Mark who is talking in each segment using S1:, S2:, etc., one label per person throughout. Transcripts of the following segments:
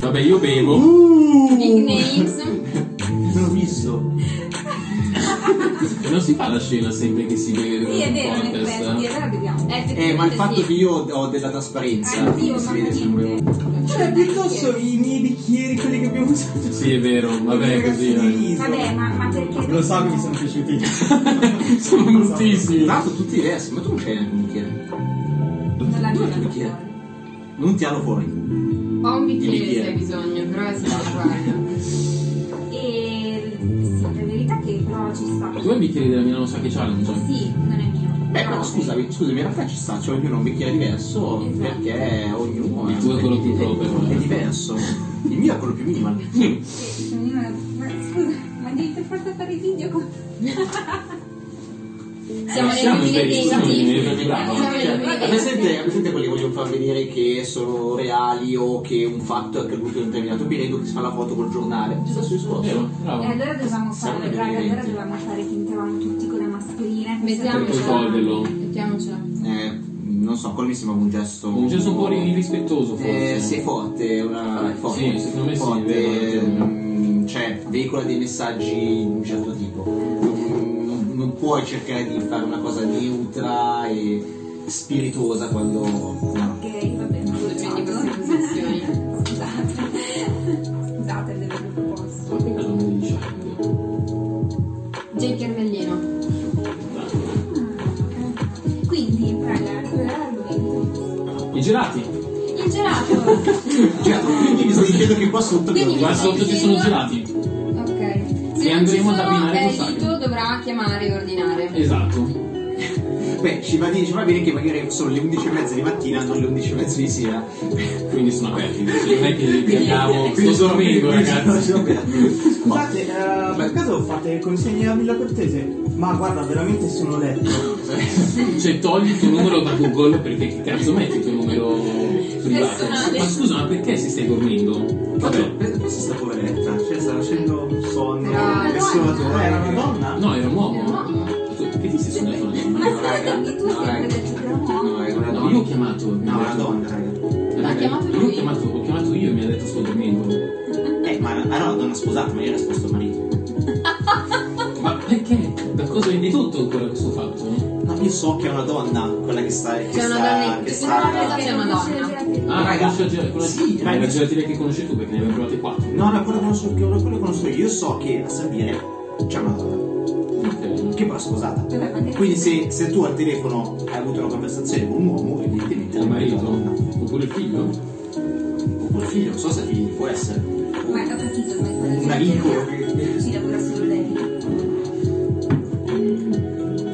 S1: vabbè io bevo.
S2: Nicknames.
S1: L'ho visto. E non si fa la scena sempre che si vede
S2: Sì, è
S1: durante il
S2: vero, in
S1: podcast.
S2: effetti, è vero, vediamo.
S3: Eh, ma il fatto
S2: sì.
S3: che io ho della trasparenza,
S2: Anch'io,
S3: quindi si
S2: ma
S3: vede sempre un-
S2: niente.
S4: Cioè, piuttosto i miei bicchieri, quelli che abbiamo usato.
S1: Sì, è vero, vabbè,
S4: Quelli
S1: così. eh.
S4: rifiniti.
S2: Vabbè, ma, ma perché...
S5: Lo so che mi sono piaciuti.
S1: Sono bruttissimi.
S3: Tra l'altro tutti diversi, ma tu non c'hai neanche un bicchiere.
S2: Non la
S3: Dov'è il bicchiere? Non ti hanno fuori.
S6: Ho un
S3: Di
S6: bicchiere se
S3: bicchiere.
S6: hai bisogno, però si fa guarda.
S2: E... Sì, la verità è che però ci sta.
S1: Tu hai i bicchieri della Milano Sake Challenge?
S2: Sì, non è mio.
S3: Beh, Eh, però scusami, scusami, in realtà ci sta, cioè ognuno ha un bicchiere diverso
S2: Esatto.
S3: perché ognuno
S1: Il tuo è quello più proprio,
S3: è
S1: eh.
S3: diverso. Il mio è quello più minimal.
S2: Sì, ognuno- Ma scusa, ma devi per forza fare i video con...
S6: Siamo nel
S1: Siamo in pericolo, siamo
S6: 2020.
S1: nel
S2: Esatto.
S3: Bravo.
S6: Siamo
S3: Cioè,
S6: nel
S3: a
S6: 2020.
S3: presente, a presente quelli che vogliono far vedere che sono reali o che un fatto è accaduto in un determinato periodo che si fa la foto col giornale. Stesso
S1: Vero,
S3: discorso.
S1: bravo.
S2: E Eh, allora dovevamo
S3: Siamo
S2: fare,
S3: nel
S2: raga, allora
S3: 2020.
S2: dovevamo fare che entravamo tutti con la mascherina. che
S1: Per
S6: Mettiamocela.
S1: coinvolgerlo.
S6: Mettiamocela.
S3: Eh, non so, quello mi sembra un gesto.
S1: Un gesto un po' irrispettoso forse.
S3: Eh, sì, forte, una, è forte.
S1: Sì, secondo me sì,
S3: forte,
S1: vero, vero.
S3: ehm, cioè, veicola dei messaggi di un certo tipo. Non, non puoi cercare di fare una cosa neutra e spiritosa quando. no.
S2: Ok, va bene.
S6: Non prendi queste
S2: Scusate,
S6: posizioni.
S2: Scusate, le avevo proposto.
S1: Ma perché non mi dici?
S6: Jake Carmellino.
S2: Quindi, raga, qual era l'argomento?
S1: I gelati.
S6: Il gelato.
S3: Cioè, quindi mi sto dicendo che qua sotto
S6: Quindi
S3: abbiamo
S1: Qua
S3: dei-
S1: sotto ci sono gelati.
S6: ok.
S1: E
S6: Se non ci
S1: andremo ad
S6: sono,
S1: abbinare
S6: eh,
S1: con
S6: il
S1: Sacco.
S6: dito dovrà chiamare e ordinare.
S1: Esatto.
S3: Beh, ci va, di- ci va bene che magari sono le 11 e mezza di mattina, non le 11 e mezza di sera.
S1: Quindi sono aperti. Non è che li abbiamo. Sto
S3: Quindi sono-
S1: dormendo,
S3: quindi sono-
S1: ragazzi.
S3: sono aperti.
S5: Scusate, eh, per caso fate le consegne a Villa Cortese? Ma guarda, veramente sono letto.
S1: Cioè, togli il tuo numero da Google perché che cazzo metti il tuo numero privato?
S6: Personale.
S1: Ma scusa, ma perché se stai dormendo?
S3: Vabbè,
S1: Vabbè.
S3: perché questa poveretta? Cioè, sta facendo un sonno.
S6: Era una
S3: Nessuno
S6: donna.
S3: doveva-
S5: Era una donna?
S1: No, era un
S6: Era
S1: uomo.
S6: un uomo.
S1: Che ti sei sognato?
S2: Ma
S3: No,
S2: scusate,
S3: raga,
S2: anche tu
S3: no,
S2: sei
S3: raga.
S2: detto che no.
S3: No, è una
S1: No, io ho
S3: donna.
S1: chiamato.
S3: No, è una donna, raga.
S1: Raga,
S6: Ha chiamato
S1: io ho
S6: lui?
S1: chiamato, ho chiamato io e mi ha detto sto dormendo.
S3: Eh, ma era una donna sposata, ma io era sposto marito.
S1: Ma perché? Da cosa è tutto quello che sto fatto?
S3: No, io so che è una donna quella che sta. Che
S6: C'è
S3: sta-
S6: una donna in-
S3: Che
S6: c'è
S3: sta.
S6: una donna-
S2: Perché
S6: Sei una
S2: non c'era
S6: donna.
S2: gente.
S1: Ah,
S3: Raga,
S1: conosci la gelatina?
S3: sì,
S1: ma è la
S3: raga.
S1: gelatina che conosci tu perché ne avevi provate quattro.
S3: No, no, quella conosco, quella quella conosco io. Io so che a Sardine c'è una donna.
S1: Ok.
S3: Che poi è sposata.
S2: Vabbè, magari-
S3: Quindi se, se tu al telefono hai avuto una conversazione con un uomo, evidentemente
S1: Il marito?
S3: una donna.
S1: Oppure il figlio?
S3: Oppure il figlio, non so se figli, può essere.
S2: Ma ho capito, ma
S3: Un amico.
S2: Ci lavora solo lei.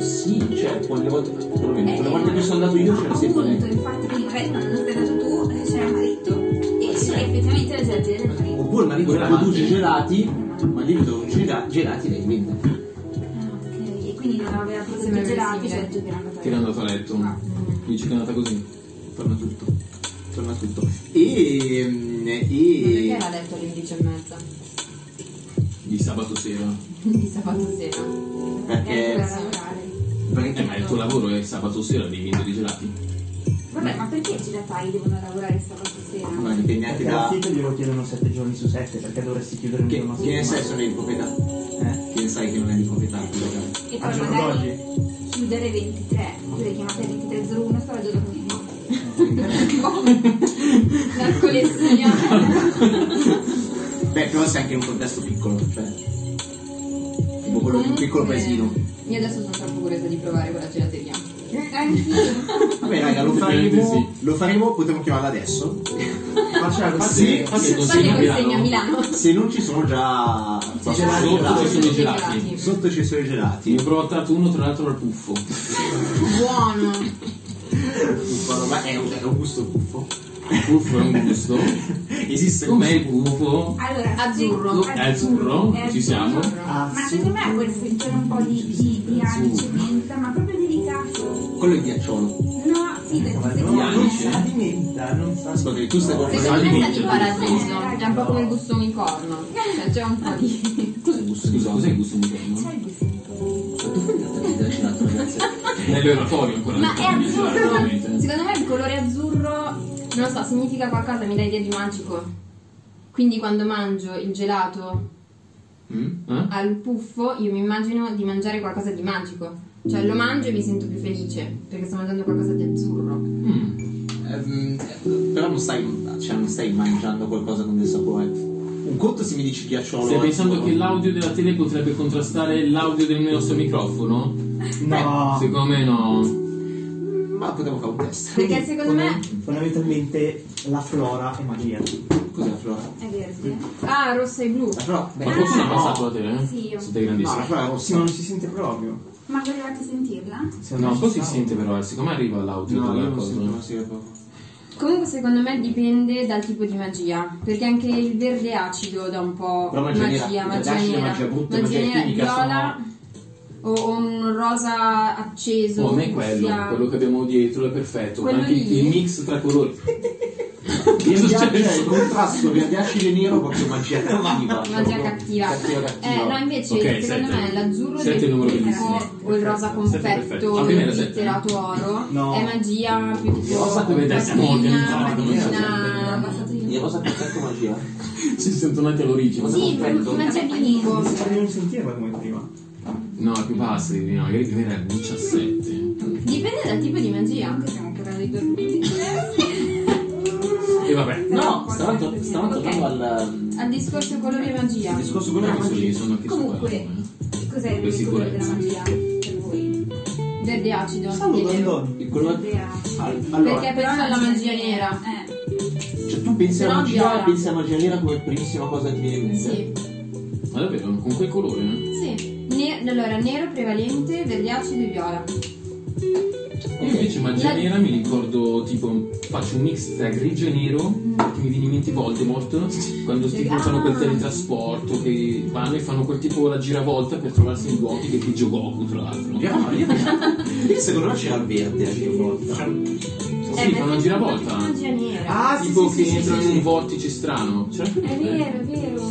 S3: Sì, cioè, quelle volte. Perlomeno,
S2: Eh,
S3: quelle volte che sono andato io c'era sempre
S2: Appunto,
S3: lei.
S2: infatti, quindi magari quando non sei andato tu eh, c'era il marito. E
S3: Sì.
S2: effettivamente la gente era il marito.
S3: Oppure il marito
S1: Quella
S3: produce
S1: amante.
S3: gelati, ma gli vedono gela- gelati lei vende.
S2: Ah, ok. E quindi non aveva
S6: Sembra
S2: potuto gelati,
S6: verosimile.
S2: cioè tu che era andato
S1: Che era andato a letto.
S2: Ah.
S1: Dice che è andata così.
S3: Torna tutto. Torna tutto. E. mm, e...
S6: Perché l'ha detto alle 11 e mezza?
S1: Di sabato sera.
S6: Di sabato sera.
S2: Eh,
S3: Perché.
S2: doveva lavorare.
S1: Eh, ma il tuo lavoro è sabato sera, devi vendere i gelati.
S2: Vabbè, ma perché i gelatai devono lavorare sabato sera?
S3: Ma dipende anche
S5: Perché la
S3: da.
S5: affitto glielo chiedono 7 giorni su 7, perché dovresti chiudere un
S3: Che,
S5: giorno su
S3: che ne
S5: settimana.
S3: sai se non è di proprietà?
S5: Eh?
S3: Che ne sai che non è di proprietà?
S2: E
S5: Al
S2: poi
S5: giorno
S2: magari chiudere 23, oppure chiamate 2301 sarà già dormito.
S6: La collezioniamo.
S3: Beh, però sei anche in un contesto piccolo, cioè. Tipo quello di un piccolo paesino.
S6: Io adesso sono troppo curiosa di provare quella gelateria.
S2: Anch'io.
S3: Vabbè, raga, lo
S1: Effettivamente
S3: faremo. Lo faremo, potremmo chiamarla adesso.
S5: Ma c'è la
S3: Sì.
S5: questione.
S1: Forse
S6: Fa
S1: consegna
S6: che
S1: a
S6: consegna a
S1: Milano.
S6: Milano.
S3: Se non ci sono già.
S1: Ci sono sotto ci
S3: gelati,
S1: sono i gelati.
S6: Gelati.
S3: Sotto ci sono i
S1: Sì,
S3: gelati.
S1: ne ho provato uno tra l'altro al puffo.
S6: Buono.
S3: Ma è un, è un gusto buffo.
S1: Il puffo è un gusto.
S3: Esiste
S1: Com'è il puffo?
S2: Allora,
S6: Azzurro.
S2: sì,
S1: È azzurro?
S2: è
S1: Ci siamo?
S5: Ah,
S2: Ma
S5: sì.
S2: secondo me ha quel sentore un po' di, di, di anice, menta, ma proprio delicato.
S3: Quello è il ghiacciolo.
S2: No, sì, perché
S5: Ma
S2: secondo
S5: no,
S2: me...
S5: non sa di menta, non sa di
S3: Ascolta, tu stai
S5: No.
S3: confondendo-
S6: Secondo me sta di
S1: Esatto.
S6: paradiso. È un po' come il gusto unicorno. Cioè c'è un po' di.
S3: Cos'è il gusto di
S1: Scusa, cos'è
S3: Cos'è?
S1: il gusto di
S2: C'è
S1: corno?
S2: il gusto di così.
S3: Tu fai il gatto del gelato, ragazzi.
S1: Nell'oratorio ancora.
S6: Ma è azzurro.
S1: Veramente.
S6: Secondo me il colore azzurro, non lo so, significa qualcosa, mi dà idea di magico. Quindi quando mangio il gelato
S3: Mm?
S1: Eh?
S6: al puffo, io mi immagino di mangiare qualcosa di magico. Cioè lo mangio e mi sento più felice, perché sto mangiando qualcosa di azzurro.
S1: Mm.
S3: Ehm, eh, però non stai, cioè, non stai mangiando qualcosa con del sapore. Un conto se mi dici ghiacciolo.
S1: Stai pensando
S3: ottimo.
S1: che l'audio della tele potrebbe contrastare l'audio del nostro microfono?
S5: No.
S1: Secondo me no.
S3: Ma potevo fare un test.
S6: Perché secondo me...
S5: Fondamentalmente la flora è magia.
S3: Cos'è la flora?
S2: È verde.
S6: Ah, rossa e blu.
S3: La flora? Beh, ah,
S1: Ma forse non ha
S3: no.
S1: passato la tele? eh?
S2: Sì, io.
S1: Siete
S3: No, la
S1: grandissimi.
S3: flora è
S5: Sì,
S3: rossa.
S5: ma non si sente proprio.
S2: Ma volevate sentirla?
S5: Se
S1: No,
S5: ci
S1: poi si
S5: stavo.
S1: sente però, eh, siccome arriva l'audio
S3: No, io
S1: della
S3: non
S1: cosa.
S3: sento, non sento proprio.
S6: Comunque secondo me dipende dal tipo di magia, perché anche il verde acido dà un po'
S3: Però magia nera, magia
S6: magia, magia
S3: acida,
S6: nera,
S3: magia brutta, magia
S6: nera,
S3: chimica
S6: viola o, o un rosa acceso.
S1: Oh, a me è quello,
S6: fucsia.
S1: quello che abbiamo dietro è perfetto.
S6: Quello
S1: Anche il
S6: lì?
S1: mix tra colori. che è
S3: Il ghiaccio è il
S1: successo?
S3: contrasto viadacile nero proprio magia cattiva.
S6: Magia cattiva.
S3: Cattiva,
S6: Eh, no,
S3: cattiva.
S6: invece
S1: Ok,
S6: secondo
S1: sette.
S6: me l'azzurro
S1: Sette è il
S6: del
S1: numero
S6: buco
S1: bellissimo.
S6: o il rosa
S1: perfetto.
S6: confetto,
S1: Ah, prima era
S6: il
S1: sette,
S6: glitterato oro,
S5: No.
S6: è magia più tipo
S1: Rosa come te, siamo
S6: patina,
S1: organizzati, come
S6: patina-
S2: Ho abbassato io.
S3: Io cosa perfetto magia?
S1: Si sentono anche all'origine.
S3: Cosa
S6: Sì,
S3: confetto?
S6: magia di Nico.
S5: Voglio non sentirla come prima.
S1: No, è più bassa di prima, magari prima era 17.
S6: Dipende dal tipo di magia.
S2: Anche stiamo parlando di dormire.
S1: E vabbè.
S3: No, stavamo tor- stavamo tornando al...
S6: Al ehm, discorso colori e magia.
S3: al discorso
S1: Quello
S3: quello
S1: che eh. sono lì,
S3: magia.
S1: sono anche
S2: Comunque, cos'è
S1: Per
S2: il colore della
S1: sicurezza.
S2: magia per voi?
S6: Verde acido.
S5: Saluto
S6: nero.
S5: Andoni.
S3: Il colore...
S2: Verde acido.
S3: Al- Allora,
S6: Perché penso alla magia nera.
S2: Eh,
S3: cioè, tu pensi alla
S6: No,
S3: magia
S6: viola.
S3: e pensi alla magia nera come primissima cosa che ti viene in mente?
S6: Sì.
S1: Ma davvero, con quel colore? eh?
S6: Sì. Ne- allora, nero prevalente, verde acido e viola. Eh,
S1: Io invece magia
S6: La-
S1: nera mi ricordo tipo faccio un mix tra grigio e nero
S6: Mm.
S1: che mi viene in mente Voldemort quando tipo
S6: Ah.
S1: fanno quel teletrasporto che vanno e fanno quel tipo la giravolta per trovarsi in luoghi che grigio Goku tra l'altro.
S3: No, io- io secondo me c'era il verde anche una volta.
S1: Sì,
S6: ma
S1: fanno
S6: è
S1: una
S6: tutta
S1: giravolta.
S6: Magia nera.
S5: Ah, sì,
S1: Tipo
S5: sì,
S1: che
S5: sì, sì,
S1: entrano
S5: sì, sì.
S1: in
S5: Cioè,
S1: un vortice strano. C'era anche
S2: è
S1: quello, eh?
S2: vero, è vero.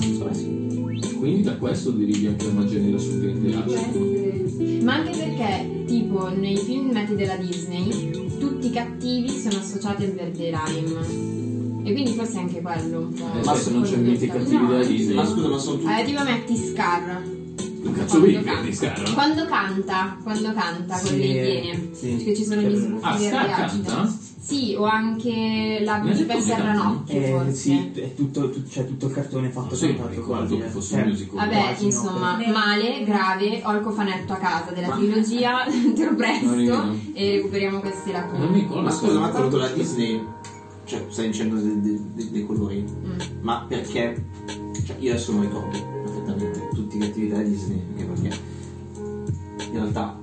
S1: Quindi da questo derivi anche la magia nera sul verde
S2: Può
S1: acido.
S2: essere.
S6: Ma anche perché, tipo, nei film animati della Disney, tutti i cattivi sono associati al verde lime. E quindi forse è anche quello un po'.
S1: Eh, adesso non c'è niente cattivi
S6: No.
S1: della Disney.
S3: Ma scusa, ma sono tutti...
S6: Allora, tipo metti Scar.
S1: Un cazzo vedi
S6: Quando
S1: verde
S6: canta.
S1: Scar?
S6: Quando canta, quando canta con
S5: Sì,
S6: le iene.
S5: sì.
S6: Perché ci sono gli sbuffi
S1: eh, Ah, Scar
S6: verdi acidi.
S1: canta?
S6: Sì, o anche la
S1: Nel
S6: principessa
S1: Giappone
S6: Serranocchi
S5: Eh,
S6: forse.
S5: sì, è tutto, tut- cioè, tutto il cartone è fatto
S1: Sì,
S5: soltanto
S1: mi ricordo
S5: quasi,
S1: che
S5: eh.
S1: fosse un
S5: Cioè,
S1: musical.
S6: Vabbè,
S5: quasi, no,
S6: insomma,
S2: però-
S6: male, grave, ho il cofanetto a casa della trilogia, te lo presto
S1: Marina.
S6: e recuperiamo questi
S1: Non
S6: racconti.
S1: mi ricordo.
S3: Ma scusa, ma tanto la
S1: Mm.
S3: Disney, cioè stai dicendo de- de- de- dei colori, ma perché? Cioè, io adesso non ricordo perfettamente tutti i cattivi della Disney, anche perché in realtà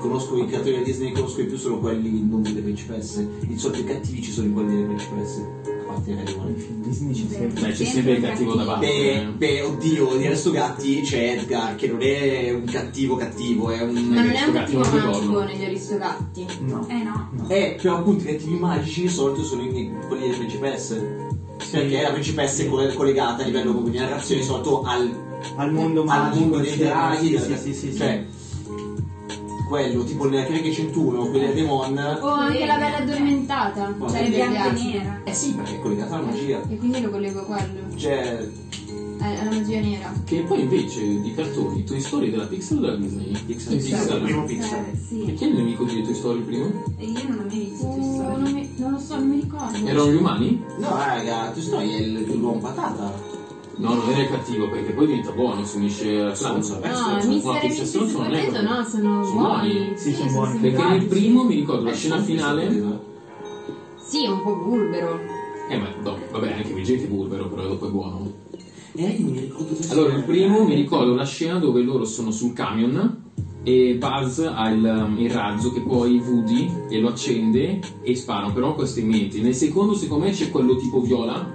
S3: conosco i cattivi della Disney, conosco di più solo quelli non delle principesse. Di solito i cattivi ci sono i quelli delle principesse, a parte i Re Leone.
S5: Disney ci sembra.
S1: Beh, Cioè, c'è sempre il cattivo davanti.
S3: Beh,
S1: eh.
S3: beh, oddio, di Resto Gatti c'è Edgar, che non è un cattivo cattivo, è un...
S6: Ma non è un
S1: Aristogatti,
S6: cattivo
S1: non mi ricordo.
S6: magico negli aristogatti.
S5: No.
S2: Eh no.
S3: Eh, però appunto i cattivi magici di solito sono i- quelli delle principesse. Perché la principessa è coll- collegata a livello proprio di narrazione di solito al,
S5: Al
S4: Ah,
S5: mondo
S3: al
S5: magico.
S3: mondo dei
S5: sì, Sì,
S3: draghi.
S5: sì, sì, sì, sì.
S3: cioè, quello, tipo nella Carica 101, quella del Demon.
S5: Oh.
S6: O anche la bella addormentata,
S3: Ma
S6: cioè
S2: È
S6: le belle
S2: bianca e
S6: acide.
S2: nera.
S3: Eh sì, perché è collegata alla magia.
S6: E quindi lo collego a quello,
S3: Cioè,
S6: eh, alla magia nera.
S1: Che poi invece di cartoni, Toy Story della Pixar o della Disney?
S3: Pixar,
S1: Pixar.
S3: Pixar, primo Pixar.
S2: Eh, Sì.
S1: E chi è il nemico di Toy Story prima?
S2: E io non ho mai visto Toy
S6: Oh,
S2: Story.
S6: non, mi- non lo so, non mi ricordo.
S1: Erano gli umani?
S3: No, raga, tu stai è il- l'uomo patata.
S1: No, non era il cattivo, perché poi diventa buono, si unisce a Sansa.
S3: Sansa.
S6: No,
S1: Sansa.
S6: Mister e
S1: Pixar
S6: Mrs.
S1: Sansa non è
S6: Potato
S1: quello.
S6: no, sono
S1: Sono
S6: buoni.
S1: buoni.
S5: Sì, sono buoni.
S1: Perché nel
S6: simpatici.
S1: primo mi ricordo la
S3: Eh,
S1: scena
S3: sì,
S1: finale.
S6: Sì, è un po' burbero.
S1: Eh, ma no, vabbè, anche Vigente Bulbero, però dopo è buono.
S3: Eh, io mi ricordo Eh, questo.
S1: Allora, il primo mi ricordo la scena dove loro sono sul camion e Buzz ha il, il razzo che poi Woody e lo accende e spara, però questo è in mente. Nel secondo, secondo me, c'è quello tipo viola,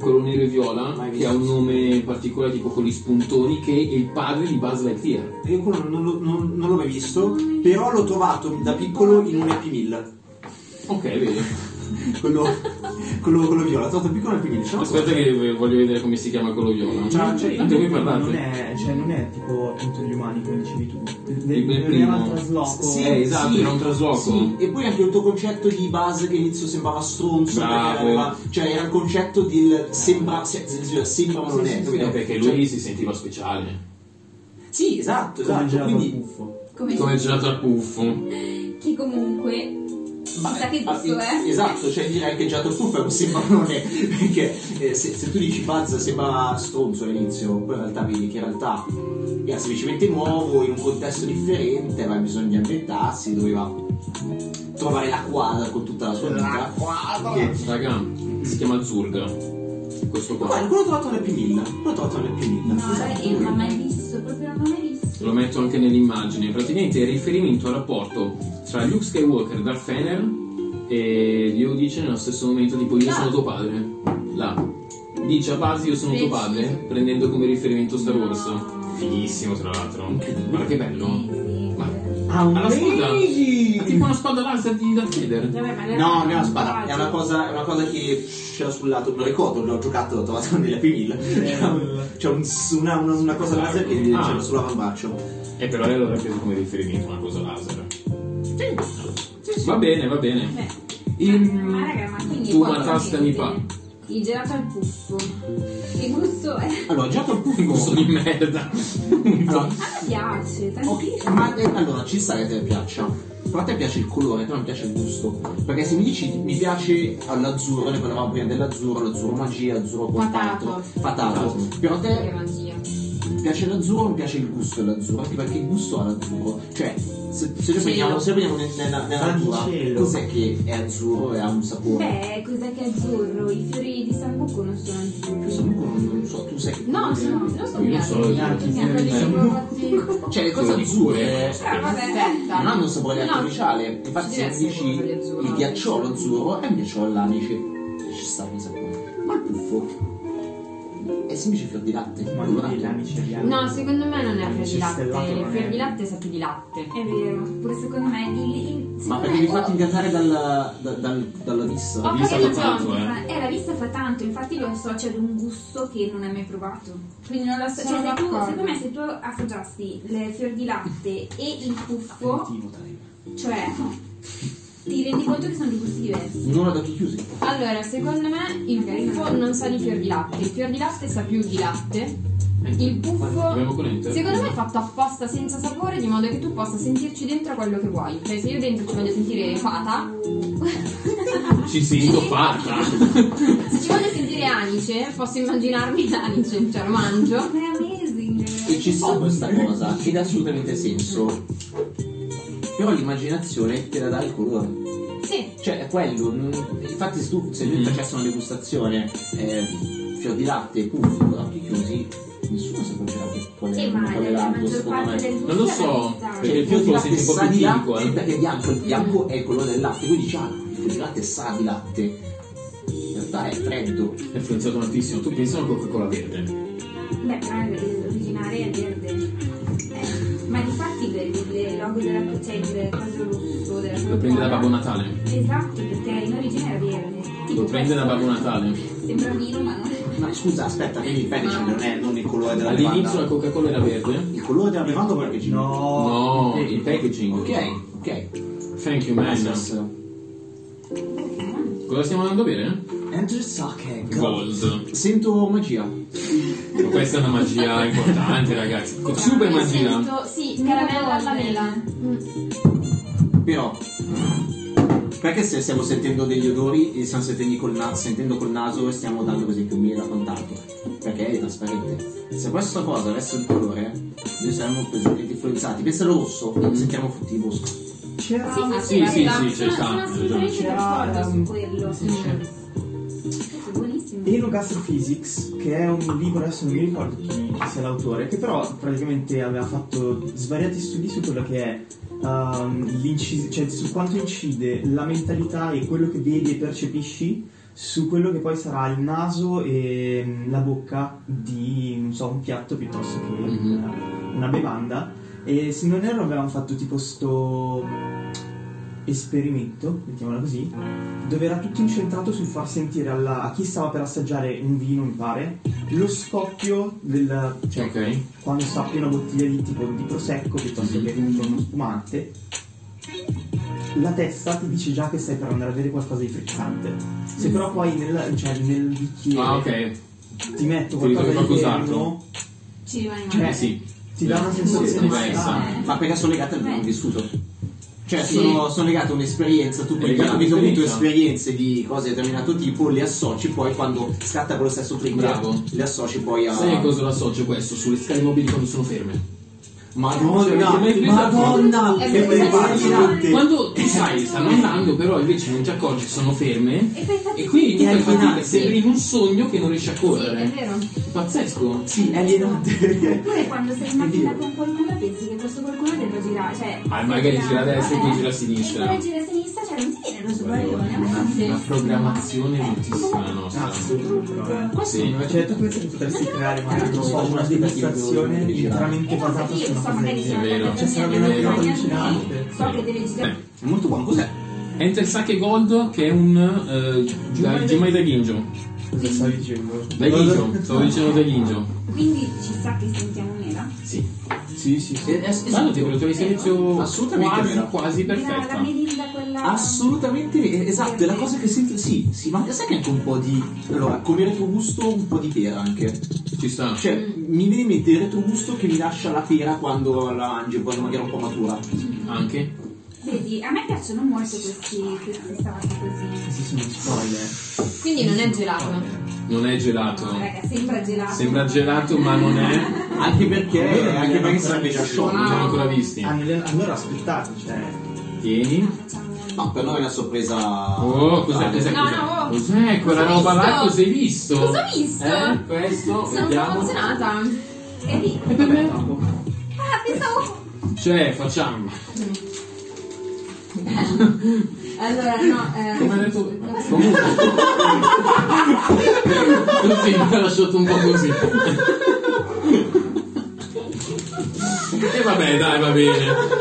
S1: quello nero e viola,
S3: Mai
S1: che
S3: visto.
S1: ha un nome particolare, tipo con gli spuntoni, che è il padre di Buzz Lightyear.
S3: Io quello non, l'ho- non- non l'ho mai visto, però l'ho trovato da piccolo in un Happy Meal.
S1: Ok, vedi.
S3: Quello, quello, quello viola, tanto piccolo e quindi diciamo.
S1: Aspetta che v- voglio vedere come si chiama quello viola.
S4: Cioè, cioè,
S1: Tanto voi
S4: non,
S1: parlate.
S4: è, cioè, non è tipo appunto gli umani come dicevi tu.
S1: Il- il
S4: Non
S1: primo.
S4: era un trasloco.
S1: Sì, esatto,
S3: sì,
S1: era un trasloco.
S3: Sì, e poi anche il tuo concetto di base che all'inizio sembrava stronzo,
S1: Bravo.
S3: perché aveva- cioè era il concetto del sembra, se- se- sembra ma non
S1: Sì,
S3: è.
S1: sì,
S3: capito?
S1: perché
S3: Cioè,
S1: lui si sentiva speciale.
S3: sì, esatto,
S4: Come
S3: esatto.
S4: gelato al
S3: Quindi,
S4: buffo.
S2: Come
S1: Come il gelato al puffo.
S2: che comunque chissà che
S3: ah,
S2: gusto eh. è.
S3: Esatto, cioè direi che già il tuffo è un sembra non è. Perché eh, se, se tu dici buzz sembra stronzo all'inizio, poi in realtà vedi che in realtà era semplicemente nuovo, in un contesto differente, aveva bisogno di ambientarsi, doveva trovare la quadra con tutta la sua vita. Che-
S1: Raga, si chiama Zurga. Questo
S3: Guarda,
S1: qua.
S3: quello ho trovato nell'P1000. Quello ho trovato nell'P1000.
S2: No, eh,
S3: Esatto.
S2: e non l'ho mai visto, proprio non l'ho mai visto.
S1: Lo metto anche nell'immagine. Praticamente è riferimento al rapporto tra Luke Skywalker e Darth Fener e Dio dice nello stesso momento tipo io
S6: Là.
S1: sono tuo padre. Là. Dice a base io sono tuo
S6: Preciso.
S1: padre, prendendo come riferimento Star Wars. Fighissimo tra l'altro. Guarda che
S2: Eh,
S1: bello. Ma
S4: Ah, un
S1: Alla spada.
S4: Luigi!
S1: è tipo una spada laser di Darth Vader.
S6: Vabbè, ma
S3: No, non è una spada, è una cosa, è una cosa che c'era sul lato, me lo ricordo, l'ho giocato, l'ho trovato nell'P1000. C'è un- C'è un- una, una, una cosa laser che
S1: Ah.
S3: c'era sull'avambraccio.
S1: E Eh, però lei l'aveva preso come riferimento una cosa laser. Va bene, va bene.
S6: Beh,
S1: Ehm,
S2: Ma raga, ma quindi
S1: tu
S2: quanto
S1: matastami pa.
S6: il gelato al puffo.
S2: Che gusto è?
S3: Allora, già dal
S1: Un gusto
S3: puffo.
S1: di merda.
S3: Allora,
S2: A me piace,
S3: ok,
S2: tantissimo.
S3: ma eh, allora ci sta che te piaccia. Però a te piace il colore, a te non piace il gusto. Perché se mi dici mi piace all'azzurro, noi parlavamo prima dell'azzurro, l'azzurro magia, azzurro quant'altro. Fatato. Però a te
S6: Che magia.
S3: piace l'azzurro o non piace il gusto dell'azzurro? Anche perché il gusto ha l'azzurro. Cioè, se, se noi prendiamo, se noi prendiamo nella, nella natura,
S4: Vancello.
S3: cos'è che è azzurro e ha un
S6: Eh.
S3: sapore?
S2: Beh, cos'è che è azzurro? I fiori di Sambuco non sono azzurri.
S3: Questo comunque non, non so, tu sai che...
S6: No, sono, non sono
S1: Io
S6: bianchi,
S1: sono bianchi,
S6: sono quelli
S1: sì,
S6: che
S1: eh.
S6: sono fatti-
S3: Cioè, le cose
S1: Quello di cui,
S3: azzurre
S1: eh,
S2: Ah, vabbè.
S6: Aspetta.
S3: non hanno un sapore
S6: No,
S3: artificiale. Infatti,
S6: ci
S3: se
S6: deve
S3: mi
S6: essere
S3: dici
S6: qualcosa di azzurro,
S3: il
S6: no?
S3: ghiacciolo azzurro eh, è un ghiacciolo all'anice, ci sta un sapore. Ma il puffo è semplice fior di latte.
S4: Ma
S3: colorato.
S4: non è l'amici italiani.
S6: No, secondo me non è fior di latte.
S4: Cestellato non è.
S6: Fior di latte sa più di latte.
S2: È vero, pure secondo me il, il-
S3: Ma
S2: secondo
S3: perché
S2: me-
S3: mi fate ingannare dalla, da- dal- dalla vista?
S6: Ho
S1: vista
S6: capito,
S1: fa tanto,
S6: John.
S1: eh.
S2: Ma- eh, la vista fa tanto, infatti lo associo ad un gusto che non hai mai provato. Quindi non lo so. Cioè,
S6: Sono
S2: se tu,
S6: d'accordo.
S2: secondo me, se tu assaggiassi le fior di latte e il puffo,
S4: Aperitivo, dai.
S2: cioè, ti rendi conto che sono di gusti diversi.
S3: Non ad occhi chiusi.
S6: Allora, secondo me il puffo non sa di fior di latte. Il fior di latte sa più di latte. Il
S1: Abbiamo
S6: puffo.
S1: colente?
S6: Secondo me è fatto apposta senza sapore di modo che tu possa sentirci dentro quello che vuoi. Cioè, se io dentro ci voglio sentire fata,
S1: Ci sento fatta.
S6: se ci voglio sentire anice, posso immaginarmi l'anice, cioè lo mangio.
S2: Ma è amazing!
S3: E ci sta questa cosa, ed ha assolutamente senso. Però l'immaginazione te la dà il colore.
S6: Sì,
S3: Cioè, è quello. non- Infatti, se, tu, se noi
S1: Mm.
S3: facessimo una degustazione, eh, fior di latte, puffo, con occhi chiusi, nessuno sapeva che qual
S2: Sì,
S3: era
S2: ma
S3: qual
S2: la,
S3: era
S2: la
S3: l'altro,
S2: maggior
S3: secondo
S2: parte
S3: me.
S2: del gusto
S1: Non lo
S2: è la
S1: so,
S2: vista.
S1: perché
S3: Cioè,
S1: il
S3: il fior di
S1: puffo
S3: latte
S1: sente un
S3: sa
S1: po' più
S3: di
S1: chimico,
S3: latte
S1: eh.
S3: perché è bianco, il bianco è il colore del latte, quindi dici, ah, il fior di latte sa di latte. In realtà è freddo.
S1: È influenzato tantissimo. Tu pensi a una Coca-Cola verde?
S2: Beh, però il- l'originale è verde. Eh, ma difatti il, il logo della c'è il coso rosso della
S1: Lo prende da
S2: Coca-Cola.
S1: Babbo Natale.
S2: Esatto, perché in origine era verde.
S1: Lo
S2: Tipo
S1: prende da
S2: questo.
S1: Babbo Natale.
S2: Sembra vino, ma non è.
S3: Ma scusa, aspetta, quindi il penne non è non il colore della
S1: All'inizio la
S3: bevanda.
S1: Coca-Cola era verde?
S3: Il colore della bevanda o perché ci
S1: No, il packaging.
S3: Ok, ok.
S1: Thank you, man.
S3: Enter
S1: Cosa stiamo andando a bere?
S3: sake.
S1: Gold.
S3: Sento magia.
S1: Ma questa è una magia importante, ragazzi. Co- Super
S6: mi
S1: magia.
S6: sento- Sì, caramella alla mela. Mm.
S3: Però, perché se stiamo sentendo degli odori e stiamo sentendo col, na- sentendo col naso e stiamo dando per esempio miele a contatto? Perché è trasparente. Se questa cosa avesse il colore, noi saremmo pesantemente influenzati. Pensa al rosso, sentiamo frutti di bosco.
S4: C'era
S6: Sì,
S1: sì, sì,
S6: sì, sì,
S1: sì, c'è
S6: sono, sono
S1: stato,
S6: assolutamente
S4: esatto.
S6: d'accordo su
S4: Mm.
S6: quello.
S4: Sì, c'è.
S2: Questo è buonissimo.
S4: Eno Gastrophysics, che è un libro, adesso non mi ricordo chi, chi sia l'autore, che però praticamente aveva fatto svariati studi su quello che è ehm, l'incis- cioè su quanto incide la mentalità e quello che vedi e percepisci su quello che poi sarà il naso e mm, la bocca di non so, un piatto piuttosto che
S1: Mhm.
S4: una, una bevanda. E se non erro avevamo fatto tipo sto esperimento, mettiamola così, dove era tutto incentrato sul far sentire alla- a chi stava per assaggiare un vino, mi pare, lo scoppio del... cioè
S1: Ok.
S4: quando stappi una bottiglia di tipo di prosecco piuttosto che comunque uno spumante, la testa ti dice già che stai per andare a bere qualcosa di frizzante. Se però poi nel, cioè, nel bicchiere
S1: Ah, ok.
S4: ti metto
S1: Ti ritrovi
S4: qualcosa di
S1: qualcos'altro.
S4: vino,
S2: Ci rimane
S4: Cioè,
S1: Eh sì.
S4: ti dà una
S1: Sì,
S4: sensazione
S1: diversa.
S4: strana.
S3: Ma perché sono legate al
S2: Eh.
S3: vissuto. Cioè
S1: Sì.
S3: sono, sono legate a un'esperienza, tu
S1: È
S3: quindi
S1: legato
S3: avendo avuto
S1: all'esperienza.
S3: esperienze di cose di determinato tipo, le associ poi quando scatta quello stesso trigger,
S1: Bravo.
S3: le associ poi a...
S1: Sai a cosa l'associo questo? Sulle scale mobili quando sono ferme.
S3: Madonna,
S1: Cioè, mi-
S3: Madonna,
S6: È
S3: che
S6: vero.
S3: pazzo!
S1: Quando tu sai, stanno andando, però invece non ti accorgi che sono ferme.
S2: E fai fatica.
S1: E quindi tu
S3: E
S1: fai
S3: anche
S1: fatica,
S3: là,
S1: sembri in un sogno che non riesci a
S6: Sì, è
S1: correre.
S6: vero.
S1: Pazzesco.
S3: Sì, è alienante.
S2: Oppure quando sei in macchina con qualcuno pensi che questo qualcuno debba girare, cioè...
S1: Ah, magari gira a destra e poi gira a sinistra.
S2: E poi gira a sinistra, cioè non ti viene lo sbaglione, ma
S1: Una, una programmazione moltissima la nostra. Sì.
S4: Cioè, tu pensi che potresti creare magari non so, una degustazione interamente basata su
S2: io
S4: una
S2: so
S4: cosa
S2: magari
S4: del
S2: sono
S4: genere?
S1: vero. Eh.
S2: andata
S4: Cioè, sarebbe
S2: a
S4: una
S2: Germania,
S4: cosa
S2: quindi
S4: allucinante.
S2: So che deve girare.
S3: È molto buono, cos'è?
S1: Enter Sake Gold che è un eh, da- Jumai da Ginjo.
S4: Cosa stavi dicendo?
S1: Da Ginjo, stavo dicendo da Ginjo.
S2: Quindi ci sa che sentiamo nera.
S1: Sì.
S4: Sì, sì, sì.
S3: È- è- è-
S6: Esatto.
S1: Guarda, temperatura di servizio
S3: Assolutamente
S1: quasi,
S3: vero.
S1: quasi
S2: La, la
S1: perfetta.
S2: merinda quella...
S3: Assolutamente eh, esatto, è la cosa che sento. Sì, sì, ma sai che anche un po' di. Allora, come retrogusto un po' di pera anche.
S1: Ci sta.
S3: Cioè, mi viene in mente il retrogusto che mi lascia la pera quando la mangi, quando magari è un po' matura.
S1: Anche.
S2: Vedi, a me piacciono molto questi, questi salati così.
S4: Sì, sono spoiler.
S6: Quindi non è gelato.
S1: Non è gelato.
S2: No, raga, sembra gelato.
S1: Sembra gelato ma non è.
S3: Anche perché.
S4: Allora,
S3: anche perché
S4: non
S3: sarebbe già
S1: No,
S3: sciolto.
S1: non siamo ancora visti.
S4: Ah, nel- Allora aspettate, cioè...
S1: Tieni.
S2: Facciamo...
S3: No, Ah, per noi è una sorpresa. Ah,
S1: Oh, cos'è? Cos'è?
S6: No,
S1: cos'è?
S6: no, oh.
S1: Cos'è quella
S6: Cosa ho
S1: roba là?
S6: visto?
S1: Cos'hai visto?
S6: Cosa ho visto?
S1: Eh, questo,
S6: Sono
S1: vediamo.
S6: emozionata.
S2: E lì...
S1: E per me?
S2: Ah, pensavo...
S1: Cioè, facciamo.
S6: Allora, no. eh,
S1: Come hai detto? Comunque. così mi ha lasciato un po' così. E vabbè, dai, va bene.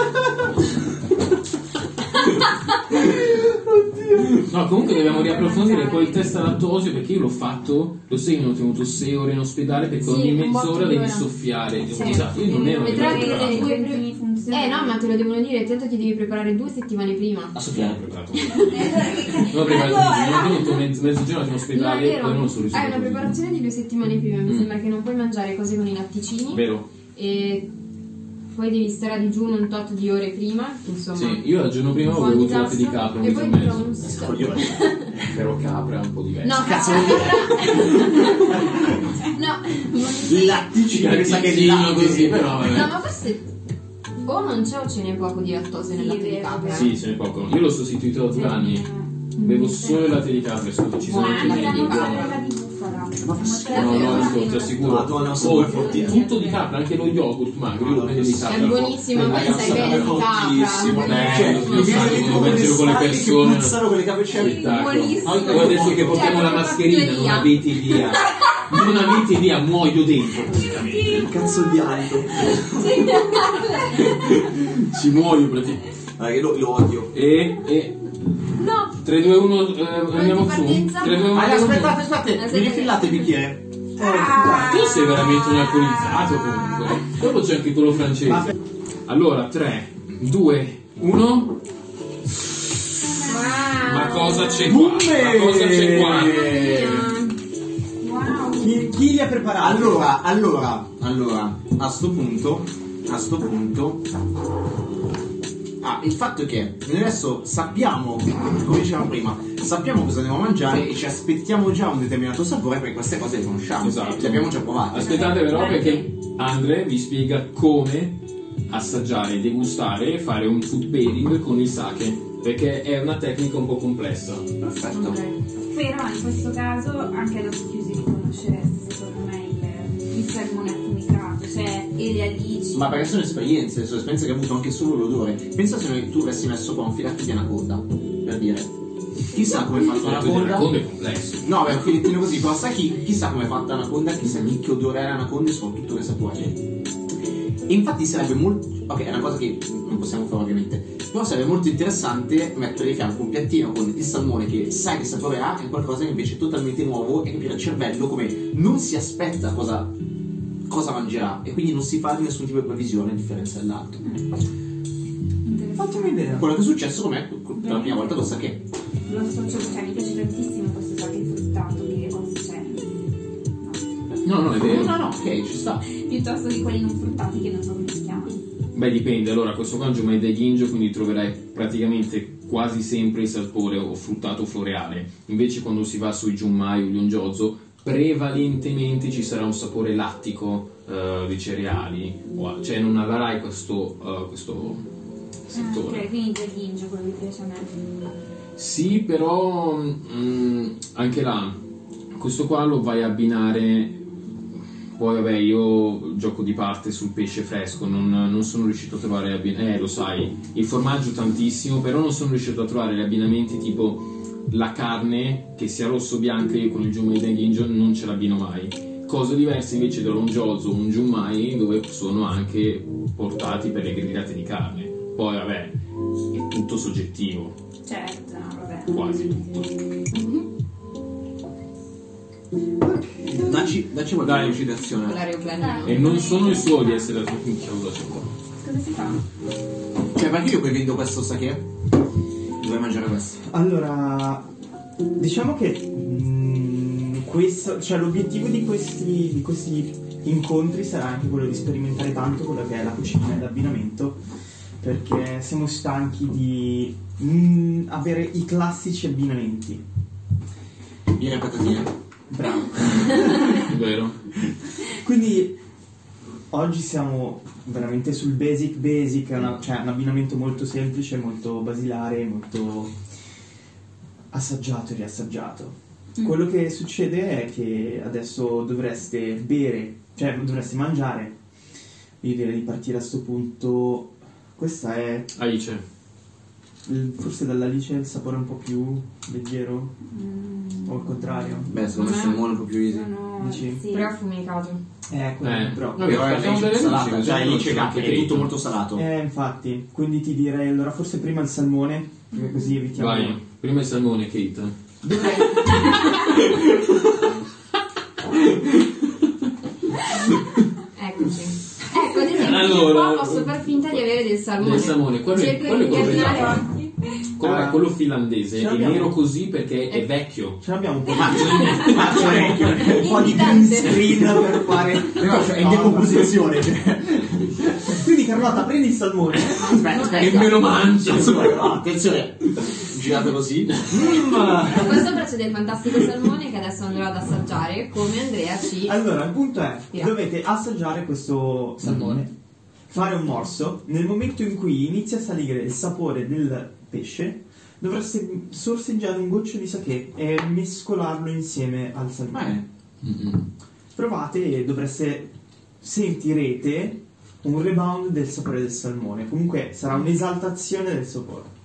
S1: No, comunque dobbiamo riapprofondire poi il test al lattosio perché io l'ho fatto, lo sai, mi hanno tenuto 6 ore in ospedale perché
S6: Sì,
S1: ogni
S6: un botto
S1: mezz'ora
S6: di
S1: devi
S6: ore.
S1: soffierare.
S6: Sì.
S1: Esatto, io non ero
S6: Vedrai
S1: preparato.
S6: che-
S2: Due primi funzionano.
S6: Eh no, ma te lo devono dire, tanto ti devi preparare due settimane prima.
S3: A
S1: Non ero
S3: soffiare.
S1: preparato.
S2: Allora, che
S1: Non ero preparato,
S2: Eh, Allora.
S1: mi hanno tenuto mezz- mezzogiorno in
S6: No, è
S1: ospedale e
S6: vero.
S1: poi non sono riuscito.
S6: Hai una
S1: così.
S6: preparazione di due settimane prima, mi
S1: Mm.
S6: sembra che non puoi mangiare cose con i latticini
S1: Vero.
S6: e poi devi stare a digiuno un tot di ore prima, insomma.
S1: Sì, io il giorno prima
S6: Un po'
S1: avevo avuto latte
S6: disastro.
S1: di capra un
S6: e
S1: litro e
S6: poi ti
S1: mezzo.
S6: un sacco.
S3: Coglione.
S1: Però capra è un po' diverso.
S6: No, cazzo. no,
S3: Il latticino che sa che è il
S1: Latticino
S3: latte.
S1: così, però
S6: no,
S1: vabbè.
S6: ma forse o non c'è o ce n'è poco di lattosio eh. nel
S2: Sì,
S6: latte di
S2: vero,
S6: capra.
S1: Sì, ce n'è poco. Io l'ho sostituito da due anni. Bevo solo il latte di capra, scusa, ci sono
S2: Ma
S1: anche
S2: anche la
S1: dei
S2: mozzarella di bufala.
S3: Ma
S1: No, no, no, ti assicuro.
S3: Madonna, sono
S1: Oh,
S3: due forti.
S1: tutto di capra, anche lo yogurt magro, io lo prendo di capra.
S6: È buonissimo, poi
S1: Ragazzi,
S6: sai che è di
S3: fortissimo.
S6: capra.
S1: Eh,
S3: Cioè,
S1: lo
S3: mi viene
S1: sai,
S3: in mente
S1: quando
S3: quelle
S1: giro con le
S3: sale che
S1: persone.
S3: puzzano con le capeccelle.
S1: Spettacolo.
S6: Buonissimo.
S1: Poi adesso che
S6: Cioè,
S1: portiamo la
S6: proprio
S1: mascherina, non
S6: fattoria.
S1: avete idea. Non avete idea, muoio dentro praticamente.
S3: Cazzo di alto.
S1: Ci muoio praticamente.
S3: Guarda che lo, lo odio.
S1: E, e
S6: No,
S1: 3, 2, 1, eh, andiamo su. 3, 2,
S6: partenza.
S1: 1,
S3: Allora,
S1: andiamo
S3: aspettate,
S1: su.
S3: aspettate,
S6: Aspetta
S3: mi
S6: che-
S3: rifillate il bicchiere.
S1: Tu sei veramente un alcolizzato comunque. Dopo c'è anche quello francese. Allora, 3, 2, 1. Ma cosa c'è qua? Ma cosa c'è qua?
S2: Wow.
S4: Chi, chi li ha preparati?
S3: Allora, allora, allora, a sto punto, a sto punto. Ah, il fatto è che noi adesso sappiamo, come dicevamo prima, sappiamo cosa andiamo a mangiare e ci aspettiamo già un determinato sapore perché queste cose le conosciamo,
S1: Esatto.
S3: le abbiamo già provate.
S1: Aspettate però perché Andre vi spiega come assaggiare, degustare e fare un food pairing con il sake. Perché è una tecnica un po' complessa.
S3: Perfetto.
S2: Però in questo caso anche adesso chiusi li conosceresti secondo me il, il salmone affumicato, cioè e le alici.
S3: Ma perché sono esperienze, sono esperienze che ho avuto anche solo l'odore. Pensa se noi- tu avessi messo qua un filetto di anaconda, per dire. Chissà come è fatta
S1: Cioè, Il racconto
S3: l'anaconda.
S1: è complesso.
S3: No, beh, un filettino così, però sa chi, chissà come è fatta l'anaconda, chissà chi, che odore è l'anaconda e soprattutto che sapore. E infatti sarebbe molto... Ok, è una cosa che non possiamo fare ovviamente. Però sarebbe molto interessante mettere di fianco un piattino con il salmone che sai che sapore ha e qualcosa che invece è totalmente nuovo e capire al cervello come non si aspetta cosa, cosa mangerà e quindi non si fa nessun tipo di previsione a differenza dell'altro.
S2: Interessante.
S5: Facciamo idea.
S3: Quello che è successo con me per la prima volta col sake.
S2: Lo associo, cioè mi piace tantissimo questo sake fruttato che cosa c'è.
S1: No, no, è
S3: No,
S1: vero.
S3: no, no, ok, ci sta.
S2: Piuttosto che quelli non fruttati che non so come si chiamano.
S1: Beh, dipende. Allora, questo qua è un giomai ginjo, quindi troverai praticamente quasi sempre il sapore o fruttato o floreale. Invece, quando si va sui giummai o gli ongiozzo, prevalentemente ci sarà un sapore lattico eh, di cereali, o- cioè non avrai questo, eh, questo settore.
S2: Ah, ok, quindi già ginjo quello che piace a me.
S1: Sì, però mm, anche là, questo qua lo vai a abbinare. Poi vabbè, io gioco di parte sul pesce fresco, non, non sono riuscito a trovare abbin- eh lo sai, il formaggio tantissimo, però non sono riuscito a trovare gli abbinamenti tipo la carne che sia rosso o bianca, io con il giummai ginjo non ce l'abbino mai. Cose diverse invece dell'ongiozzo o un giummai dove sono anche portati per le grigliate di carne. Poi vabbè, è tutto soggettivo
S2: Certo, no, vabbè.
S1: quasi tutto.
S3: Dacci, dacci qualche
S1: Dai.
S6: con
S3: lucidazione.
S6: l'aeroplanino.
S1: E non sono il suo di essere la cavolo.
S2: Cosa si fa?
S3: Cioè, perché io poi vendo questo sake? Dovrei mangiare questo.
S4: Allora, diciamo che mm, questo, cioè l'obiettivo di questi, di questi incontri sarà anche quello di sperimentare tanto quello che è la cucina e l'abbinamento, perché siamo stanchi di mm, avere i classici abbinamenti.
S3: Viene patatine.
S4: Bravo.
S1: Vero?
S4: Quindi oggi siamo veramente sul basic basic, è una- cioè un abbinamento molto semplice, molto basilare, molto assaggiato e riassaggiato. Quello che succede è che adesso dovreste bere, cioè dovreste mangiare. Io direi di partire a sto punto. Questa è
S1: Alice.
S4: il- forse dall'alice il sapore un po' più leggero
S2: Mm.
S4: o al contrario.
S3: Beh, secondo me il salmone è un po' più easy.
S2: Sono...
S4: Dici?
S2: Sì.
S6: Però affumicato.
S4: Eh, quello
S1: Eh,
S4: però.
S1: Vabbè,
S3: Però è
S1: facciamo
S3: alice
S1: delle
S3: salata,
S1: luci,
S3: cioè
S1: cioè,
S3: alice
S1: c'è
S3: che
S1: anche
S3: è tutto
S1: dentro.
S3: molto salato.
S4: Eh, infatti, quindi ti direi allora forse prima il salmone, perché così evitiamo.
S1: Vai, prima il salmone, Kate.
S4: Dovrei-
S6: Eccoci. Ecco, ad esempio,
S1: Allora,
S6: io qua posso far finta di avere del salmone.
S1: Del salmone, quello è-
S6: Cerco
S1: quello è
S6: di
S1: quello
S6: ingannare
S1: esatto.
S6: occhi.
S1: Quello è
S4: Ah.
S1: quello finlandese,
S4: Ce
S1: è
S4: l'abbiamo? Eh.
S1: nero così perché è vecchio.
S4: Ce l'abbiamo un po',
S3: Ma ma c'è
S4: un po' di green
S6: Irritante.
S4: screen per fare.
S3: Però cioè, è in
S4: No,
S3: decomposizione. Cioè.
S4: Quindi Carlotta prendi il salmone.
S3: Aspetta,
S4: Ecco.
S1: E me lo mangio! Ah,
S3: Insomma, attenzione. Girate così.
S6: Qua sopra c'è del fantastico salmone che adesso andrò ad assaggiare come Andrea ci...
S4: Allora, il punto è,
S6: Yeah.
S4: dovete assaggiare questo salmone, fare un morso, nel momento in cui inizia a salire il sapore del pesce, dovreste sorseggiare un goccio di sake e mescolarlo insieme al
S3: Ma
S4: salmone.
S3: Ah, è-
S1: Mm-mm.
S4: provate e dovreste sentirete un rebound del sapore del salmone. Comunque sarà un'esaltazione del sapore.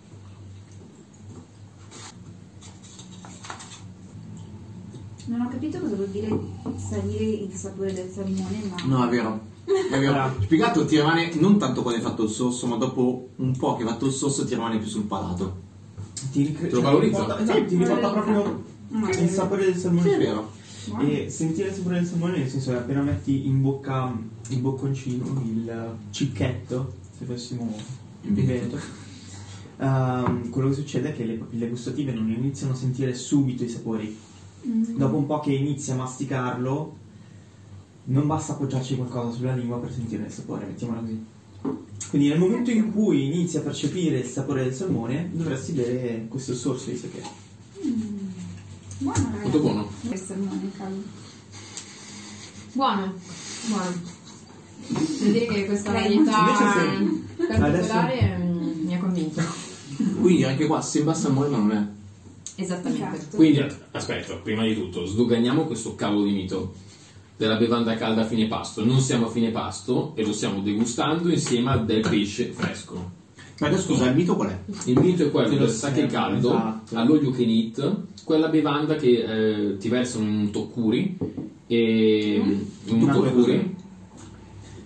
S2: Non ho capito cosa vuol dire salire il sapore del salmone, ma...
S3: No, è vero. È vero. Spiegato ti rimane non tanto quando hai fatto il sorso, ma dopo un po' che hai fatto il sorso ti rimane più sul palato.
S4: Ti, ric-
S1: Te lo valorizza?
S4: riporta- esatto, ti riporta proprio
S2: Ma-
S4: il sapore del
S3: Sì, è
S4: salmone.
S3: vero.
S2: Buono.
S1: Eh.
S4: E sentire il sapore del salmone nel senso che appena metti in bocca il bocconcino, il cicchetto, se fossimo in
S3: In Veneto.
S4: Veneto, ehm, quello che succede è che le papille gustative non iniziano a sentire subito i sapori,
S2: Mm.
S4: Dopo un po' che inizi a masticarlo, non basta appoggiarci qualcosa sulla lingua per sentire il sapore, mettiamola così. Quindi nel momento in cui inizi a percepire il sapore del salmone, dovresti bere questo sorso di sake.
S2: Mm. Buono, ragazzi.
S1: Molto buono.
S2: Il salmone, cavolo.
S6: Buono, buono. Devo dire che questa
S2: Beh,
S6: varietà
S4: invece
S6: particolare mm, mi ha convinto.
S3: Quindi anche qua sembra salmone, ma non è.
S6: Esattamente.
S2: Esatto.
S1: Quindi, at- aspetta, prima di tutto, sdoganiamo questo cavolo di mito della bevanda calda a fine pasto. Non siamo a fine pasto e lo stiamo degustando insieme al del pesce fresco.
S3: Ma adesso scusa, il mito qual è?
S1: Il mito è quello
S4: Te lo
S1: del sake
S4: serve,
S1: caldo
S4: esatto.
S1: all'olio che eat, quella bevanda che
S2: Mm.
S1: eh, ti versano in un tokkuri e in un
S4: Una
S1: tokkuri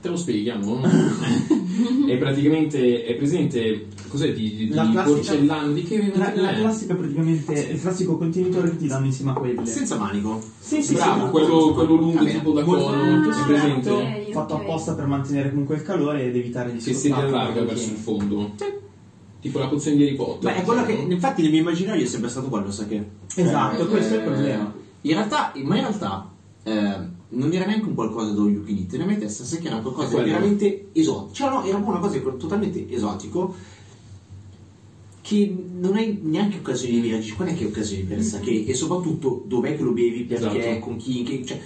S1: Te lo spieghiamo? è praticamente, è presente, cos'è, di, di, di
S4: La classica-
S1: porcellandiche?
S4: La, la
S1: Eh,
S4: classica praticamente, il classico contenitore che ti danno insieme a quelle.
S3: Senza manico.
S4: sì, sì,
S1: Bravo,
S4: sì,
S1: quello, quello lungo
S3: Vabbè,
S1: tipo da
S4: molto-
S1: cono, è presente?
S2: ok, ok.
S4: fatto apposta per mantenere comunque il calore ed evitare di
S1: Che si
S4: sfruttarlo.
S1: riallarga verso il fondo. Tipo la pozione di Harry Potter. cioè,
S3: Ma è quello che. Infatti, nel mio immaginario è sempre stato quello, sa che.
S4: Esatto,
S3: Eh,
S4: questo è il problema.
S3: In realtà, ma in realtà. eh, non era neanche un qualcosa da Yukidit, nella mia testa sa che era
S1: È
S3: qualcosa di
S1: quello.
S3: veramente esotico. Cioè, no, era una cosa totalmente esotico. Che non hai neanche occasione di bere. Dici, Qual è che è occasione di bere? sa che? E soprattutto dov'è che lo bevi? Perché?
S1: Esatto.
S3: Con chi? Che, cioè,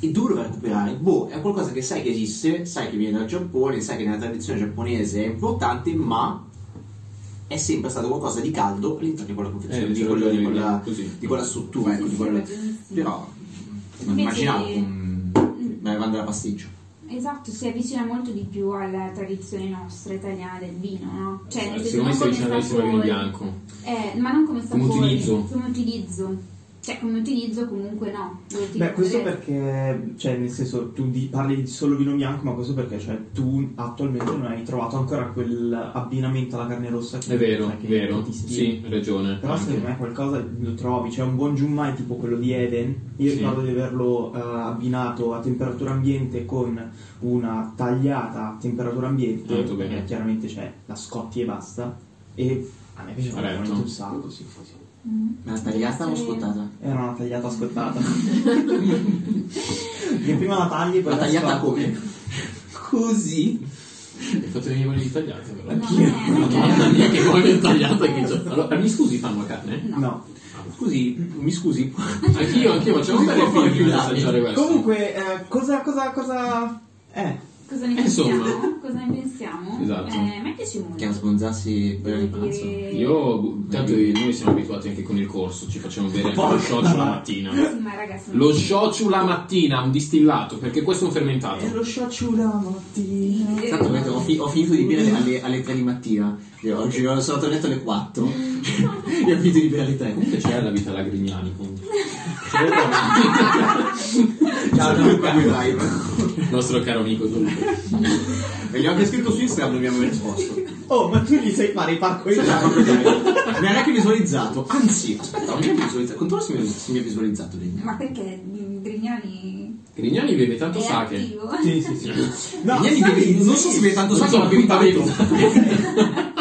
S3: è duro da recuperare. Boh, è qualcosa che sai che esiste, sai che viene dal Giappone, sai che nella tradizione giapponese è importante, ma è sempre stato qualcosa di caldo all'interno di quella confezione,
S1: Eh,
S3: di,
S1: c'è
S3: quella- di
S1: ragione,
S3: quella,
S1: così.
S3: di quella struttura, ecco, di quella- Però non
S2: Invece-
S3: immaginavo un bevanda da pasticcio.
S2: Mm. Esatto, si avvicina molto di più alla tradizione nostra italiana del vino, no? Cioè, nel senso,
S1: Eh, Secondo me
S2: non
S1: si
S2: come
S1: avvicina benissimo al vino
S2: sapore-
S1: bianco.
S2: Eh, ma non come
S1: Come
S2: sapore,
S1: utilizzo.
S2: come utilizzo. Cioè, come utilizzo comunque no. Lo
S4: Beh,
S2: utilizzo
S4: questo
S2: adesso.
S4: perché, cioè, nel senso, tu di- parli di solo vino bianco, ma questo perché, cioè, tu attualmente non hai trovato ancora quell'abbinamento alla carne rossa. Che,
S1: È vero,
S4: cioè,
S1: è
S4: che-
S1: vero.
S4: che ti ispira.
S1: Sì, hai ragione.
S4: Però
S1: anche.
S4: secondo me qualcosa lo trovi, c'è un buon giummai tipo quello di Eden, io
S1: Sì.
S4: ricordo di averlo eh, abbinato a temperatura ambiente con una tagliata a temperatura ambiente,
S1: Molto bene.
S4: perché chiaramente c'è la scotti e basta, e a me piaceva
S1: Corretto.
S4: veramente un sacco, sì.
S3: Ma la tagliata o scottata?
S4: Era una tagliata scottata. che prima la tagli e poi
S3: La tagliata
S4: scotti.
S3: come? Così.
S1: Hai fatto venire voglia di tagliate, però.
S2: No, non è-
S1: Mamma mia, che voglia di tagliate che c'ho. Allora, mi scusi, fanno la carne?
S4: No.
S3: Scusi, mi scusi.
S1: Anch'io, anch'io, facciamo stare
S3: Come
S1: film per
S3: finale.
S1: assaggiare questo.
S4: Comunque, eh, cosa, cosa, cosa... Eh,
S2: Cosa ne
S1: Eh, insomma.
S2: pensiamo? Cosa ne pensiamo?
S1: Esatto.
S2: Eh, a me piace molto.
S3: Che a sbronzarsi per il
S2: Devo
S3: pranzo.
S2: dire-
S1: Io, bu- tanto io- noi siamo abituati anche con il corso, ci facciamo bere anche lo shochu la mattina.
S2: Sì, ma ragazzi,
S1: Lo shochu la mattina, un distillato, perché questo è un fermentato.
S3: lo sciaccio la mattina.
S2: Eh.
S3: Tanto mentre ho, fi- ho finito di bere alle, alle 3 di mattina. Io Oggi sono andato a letto alle 4. e ho finito di bere alle 3.
S1: Comunque c'è la vita Lagrignani, quindi.
S3: Ciao, Luca.
S1: Il nostro caro amico Luca.
S3: E gli ho anche scritto su Instagram, non mi hanno risposto.
S4: oh, ma tu gli sai fare i parco
S3: Sì, ma proprio dai. Mi ha neanche visualizzato. Anzi, aspetta, non mi ha visualizzato. Controlla se mi, se mi ha visualizzato lì.
S2: Ma perché mm, Grignani
S1: Grignani beve tanto
S2: è
S1: sake.
S2: attivo?
S4: Sì, sì, sì. No,
S3: Ieri
S4: sai-
S3: bevi- non so se mi è tanto
S1: Non
S3: sacco,
S1: so,
S3: ma bevi tanto.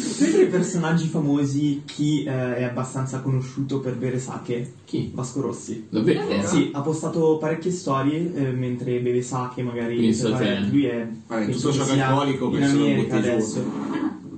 S4: Sempre i personaggi famosi, chi eh, è abbastanza conosciuto per bere sake?
S1: Chi?
S4: Vasco Rossi.
S1: Davvero?
S6: Davvero?
S4: Sì, ha postato parecchie storie eh, mentre beve sake, magari.
S1: Penso
S4: per
S1: a te.
S4: fare- Lui è.
S3: Vabbè, tutto
S4: penso che
S3: ciò
S4: sia
S3: alcolico,
S4: in
S3: penso lo
S4: America
S3: butti giù.
S4: adesso.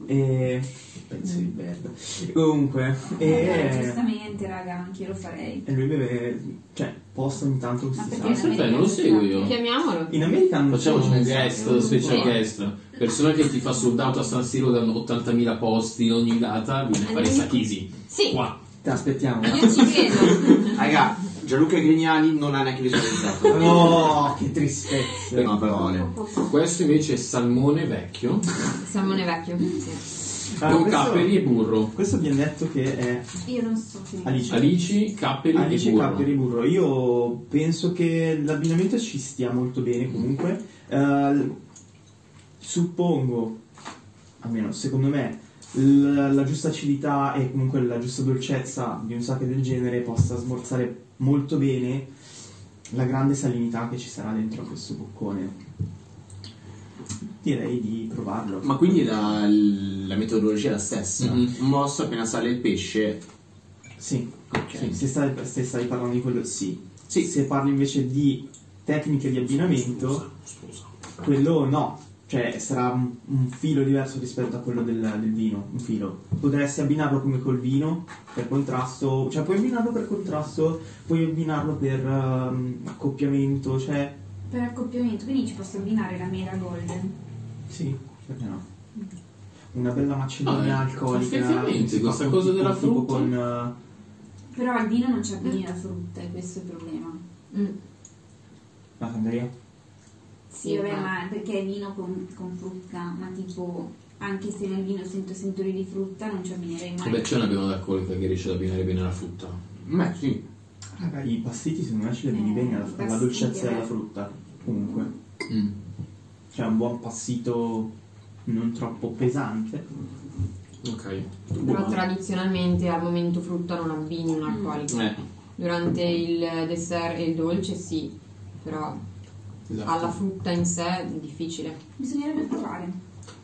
S4: E. Penso di merda. Comunque,
S2: Eh,
S4: e.
S2: giustamente, raga, anch'io lo farei.
S4: E lui beve. cioè, posta ogni tanto
S2: Ma
S4: questi
S2: perché
S4: sake.
S1: Penso a te, non lo seguo io.
S6: Chiamiamolo.
S4: In America non
S1: Facciamo
S4: c'è
S1: un esatto,
S4: sake.
S1: guest,
S4: cioè
S1: special guest. Persona che ti fa soldato a San Siro da 80.000 posti ogni data, viene a fare i sacchisi.
S6: Sì,
S1: Qua.
S4: Te aspettiamo.
S6: io ci credo.
S3: Raga, Gianluca Grignani non ha neanche visualizzato.
S4: No, Oh, che tristezza.
S3: No, però Ale.
S1: Questo invece è salmone vecchio,
S6: Salmone vecchio. Sì.
S4: Ah,
S1: con
S4: questo-
S1: capperi e burro.
S4: Questo abbiamo detto che è
S2: Io non so se...
S4: Alice.
S1: Alici, capperi
S4: Alice
S1: e burro.
S4: Capper di burro. Io penso che l'abbinamento ci stia molto bene comunque. Eh, suppongo, almeno secondo me, l- la giusta acidità e comunque la giusta dolcezza di un sake del genere possa smorzare molto bene la grande salinità che ci sarà dentro a questo boccone. Direi di provarlo.
S3: Ma quindi la, la metodologia è la stessa.
S1: Mhm.
S3: Mosso appena sale il pesce.
S4: Sì,
S3: Ok.
S4: Sì, se, stai, se stai parlando di quello sì.
S3: Sì.
S4: Se parli invece di tecniche di abbinamento, quello no. Cioè sarà un, un filo diverso rispetto a quello del, del vino, un filo. Potresti abbinarlo come col vino, per contrasto, cioè puoi abbinarlo per contrasto, puoi abbinarlo per ehm, accoppiamento, cioè...
S2: Per accoppiamento, quindi ci posso abbinare la mela golden.
S4: Sì, perché no? Una bella macedonia
S1: Ah, eh,
S4: alcolica.
S1: effettivamente,
S4: si fa
S1: questa
S4: con-
S1: cosa della
S4: tipo
S1: frutta.
S4: Con, eh,
S2: Però al vino non ci abbini la frutta, e questo è il problema.
S6: Mm.
S4: la sangria.
S2: Sì, vabbè, ma perché è vino con, con frutta, ma tipo, anche se nel vino sento sentori di frutta, non ci abbinerei mai.
S1: Eh Beh, c'è una bevanda alcolica che riesce ad abbinare bene la frutta.
S3: Beh, sì.
S4: Raga, i pastiti secondo me ce li
S2: Eh,
S4: vieni bene alla, alla
S2: pastiglie,
S4: dolcezza della
S2: eh.
S4: frutta. Comunque.
S1: Mm.
S4: Cioè un buon passito non troppo pesante.
S1: Ok.
S6: Però tradizionalmente al momento frutta non abbini un
S2: Mm.
S6: alcolico.
S1: Eh,
S6: Durante il dessert e il dolce sì, però
S1: esatto.
S6: alla frutta in sé è difficile.
S2: Bisognerebbe provare.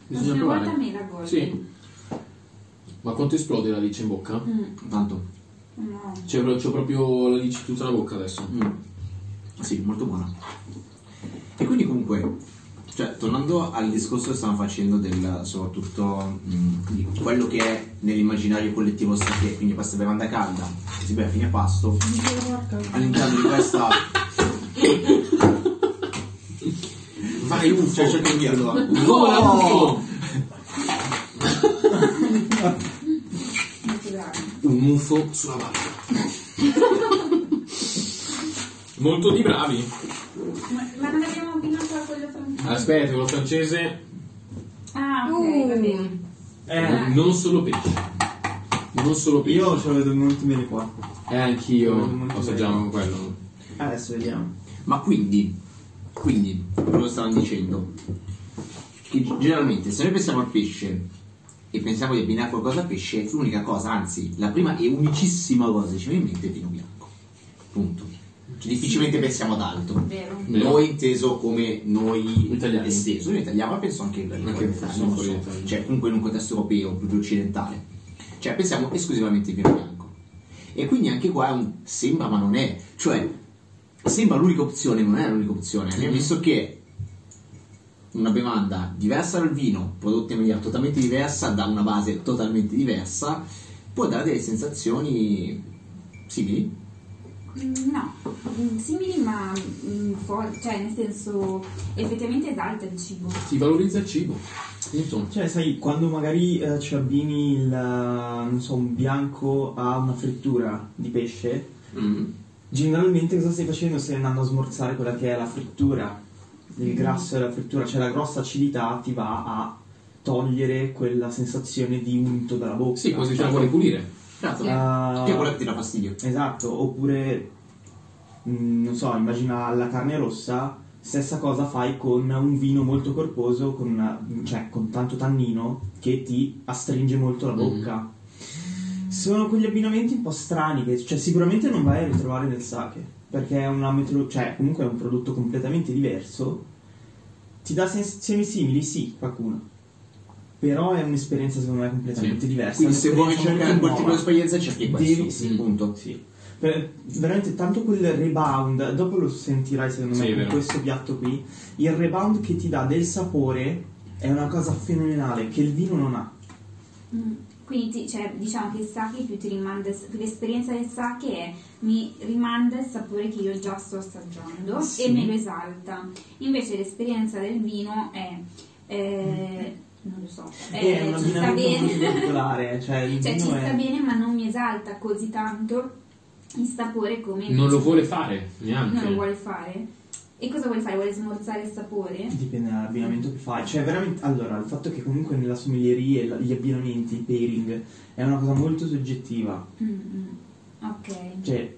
S1: Bisogna
S2: una
S1: provare.
S2: volta me la golden.
S1: Sì. Ma quanto esplode la lice in bocca?
S2: Mm,
S3: Tanto.
S2: no.
S1: C'è, pro- c'ho proprio la lice tutta la bocca adesso.
S3: Mm. Sì, molto buona. E quindi comunque, cioè, tornando al discorso che stavamo facendo del soprattutto mm, di quello che è nell'immaginario collettivo sake, quindi questa bevanda calda, che si beve a fine pasto, all'interno di questa... Vai UFO! Cioè, cerco di dirlo.
S1: Vola, UFO!
S2: Molto grave.
S1: Un UFO sulla barca. Molto di bravi.
S2: Ma, ma non abbiamo abbinato a quello francese?
S1: Aspetta, quello francese
S2: Ah, ok, va bene.
S6: Uh,
S4: Eh,
S1: non solo pesce. Non solo pesce.
S4: io ce la vedo molto bene qua.
S1: E anch'io.
S4: Mm,
S1: Lo assaggiamo quello.
S4: Adesso vediamo.
S3: Ma quindi, quindi, quello che stavano dicendo, che g- generalmente se noi pensiamo al pesce e pensiamo di abbinare qualcosa al pesce, l'unica cosa, anzi, la prima e unicissima cosa che ci viene in mente è il vino bianco. Punto. Cioè, difficilmente pensiamo ad altro.
S2: Vero.
S1: Vero.
S3: Noi inteso come noi
S1: Italiani.
S3: esteso, io italiano, ma penso anche
S1: Anche
S3: fuori Italia,
S1: forse
S3: non
S1: fuori
S3: so.
S1: Italia.
S3: cioè comunque in un contesto europeo, più occidentale. Cioè pensiamo esclusivamente al vino bianco. E quindi anche qua è un sembra ma non è. Cioè, sembra l'unica opzione, ma non è l'unica opzione. Abbiamo visto che una bevanda diversa dal vino, prodotta in maniera totalmente diversa, da una base totalmente diversa, può dare delle sensazioni simili.
S2: Mm, No, Mm, simili ma mm, fuori, cioè nel senso effettivamente esalta il cibo.
S1: Si valorizza il cibo. Insomma.
S4: Cioè, sai, quando magari eh, ci abbini il, eh, non so, un bianco a una frittura di pesce, generalmente cosa stai facendo? Stai andando a smorzare quella che è la frittura, il grasso della frittura, cioè la grossa acidità ti va a togliere quella sensazione di unto dalla bocca.
S1: Sì, quasi te
S4: Cioè,
S1: la vuole pulire.
S3: Certo,
S4: Ah.
S3: che è quella che ti dà fastidio.
S4: Esatto, oppure mh, non so, immagina la carne rossa, stessa cosa fai con un vino molto corposo, con, una- cioè con tanto tannino che ti astringe molto la bocca. Sono quegli abbinamenti un po' strani che cioè, sicuramente non vai a ritrovare nel sake, perché è una metro- cioè, comunque è un prodotto completamente diverso. Ti dà sensazioni simili, sì, qualcuna. Però è un'esperienza secondo me completamente diversa.
S3: Quindi se vuoi
S4: un'esperienza
S3: cercare quel
S4: nuova.
S3: tipo di esperienza cerchi questo.
S4: Devi- sì.
S3: punto.
S4: Sì. Per- veramente tanto quel rebound, dopo lo sentirai secondo
S1: Sì,
S4: me
S1: è
S4: con
S1: vero.
S4: questo piatto qui, il rebound che ti dà del sapore è una cosa fenomenale che il vino non ha.
S2: Mm. Quindi ti- cioè, diciamo che il sake più ti rimanda, l'esperienza del sake è mi rimanda il sapore che io già sto assaggiando e
S4: Sì.
S2: me lo esalta. Invece l'esperienza del vino è, eh, non lo so,
S4: è
S2: eh,
S4: un
S2: ci sta
S4: abbinamento molto
S2: bene.
S4: particolare, cioè il
S2: cioè ci
S4: vino
S2: sta
S4: è...
S2: bene ma non mi esalta così tanto il sapore come
S1: Non lo vuole fare neanche.
S2: non lo Eh, vuole fare. E cosa vuole fare? Vuole smorzare il sapore?
S4: Dipende dall'abbinamento che fai, cioè veramente allora il fatto che comunque nella sommelieria il- gli abbinamenti, il pairing è una cosa molto soggettiva,
S2: Mm, mm. Ok,
S4: cioè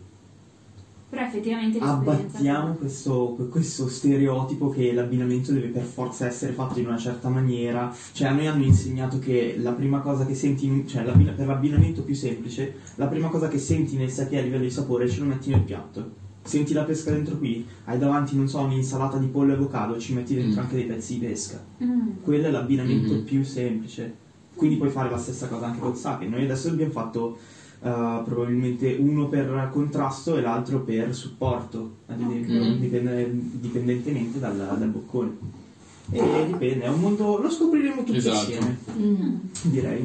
S2: però effettivamente l'esperienza...
S4: abbattiamo questo, questo stereotipo che l'abbinamento deve per forza essere fatto in una certa maniera. Cioè, a noi hanno insegnato che la prima cosa che senti, in- cioè l'abbina- per l'abbinamento più semplice, la prima cosa che senti nel sake a livello di sapore ce lo metti nel piatto. Senti la pesca dentro qui, hai davanti, non so, un'insalata di pollo e avocado, ci metti dentro
S1: Mm.
S4: anche dei pezzi di pesca.
S2: Mm.
S4: Quello è l'abbinamento
S1: Mhm.
S4: più semplice. Quindi puoi fare la stessa cosa anche col sake. Noi adesso abbiamo fatto eh, probabilmente uno per contrasto e l'altro per supporto, ad esempio,
S1: Ok.
S4: dipende- dipendentemente dal, dal boccone. E dipende, è un mondo. lo scopriremo tutti
S1: Esatto.
S4: insieme,
S6: mm.
S4: direi.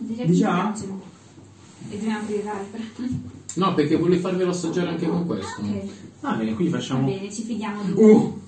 S2: Direi
S4: Diciamo?
S2: che mi piace. E dobbiamo aprire l'altra.
S1: No, perché vuole farvelo assaggiare anche con questo.
S2: Ok,
S3: Va Ah, bene, quindi
S2: va
S3: facciamo...
S2: bene, ci fidiamo di
S1: Uh!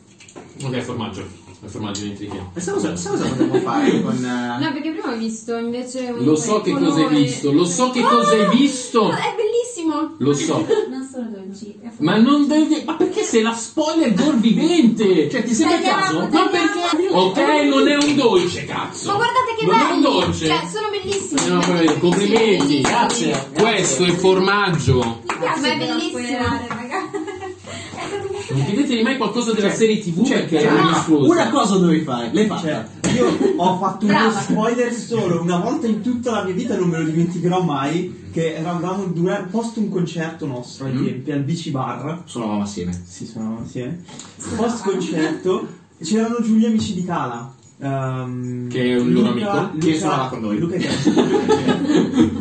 S1: Ok, formaggio. Il formaggio dentro di che.
S3: Questa cosa, questa cosa potremmo fare con... eh,
S6: No, perché prima ho visto invece un
S1: Lo so che cosa hai
S6: colore- Oh,
S1: visto, lo so che cosa hai visto.
S6: È bellissimo!
S1: Lo so.
S2: Non sono dolci, è
S1: Ma non devi. Ma perché se la spoiler gol vivente? Cioè, ti sembra
S6: Tagliamo,
S1: caso? Ma
S6: tagliamo.
S1: perché? Eh, Ok, non è un dolce, cazzo.
S6: Ma guardate che
S1: non
S6: belli!
S1: è un dolce.
S6: Cioè, sono bellissimi!
S1: Eh, no, poi- complimenti,
S6: Grazie!
S1: Questo è formaggio.
S2: Mi piace
S6: Ma è
S2: però
S6: bellissimo.
S2: spoilerare, raga. è stato molto
S1: Non chiedetegli mai qualcosa della
S3: Cioè,
S1: serie TV
S3: cioè,
S1: perché è
S3: cioè,
S1: mostruosa.
S3: Una cosa dovevi fare, l'hai fatta.
S4: Cioè, io ho fatto uno
S6: Brava.
S4: spoiler solo una volta in tutta la mia vita non me lo dimenticherò mai che eravamo dura- post un concerto nostro ai
S1: Mm-hmm.
S3: Mm.
S4: tempi al BC Bar
S3: Suonavamo assieme.
S4: si suonavamo assieme eh. post concerto c'erano giù gli amici di Cala ehm,
S1: Che è un loro
S4: Luca-
S1: amico,
S4: Luca-
S3: che suonava con noi.
S4: Luca e Peppe.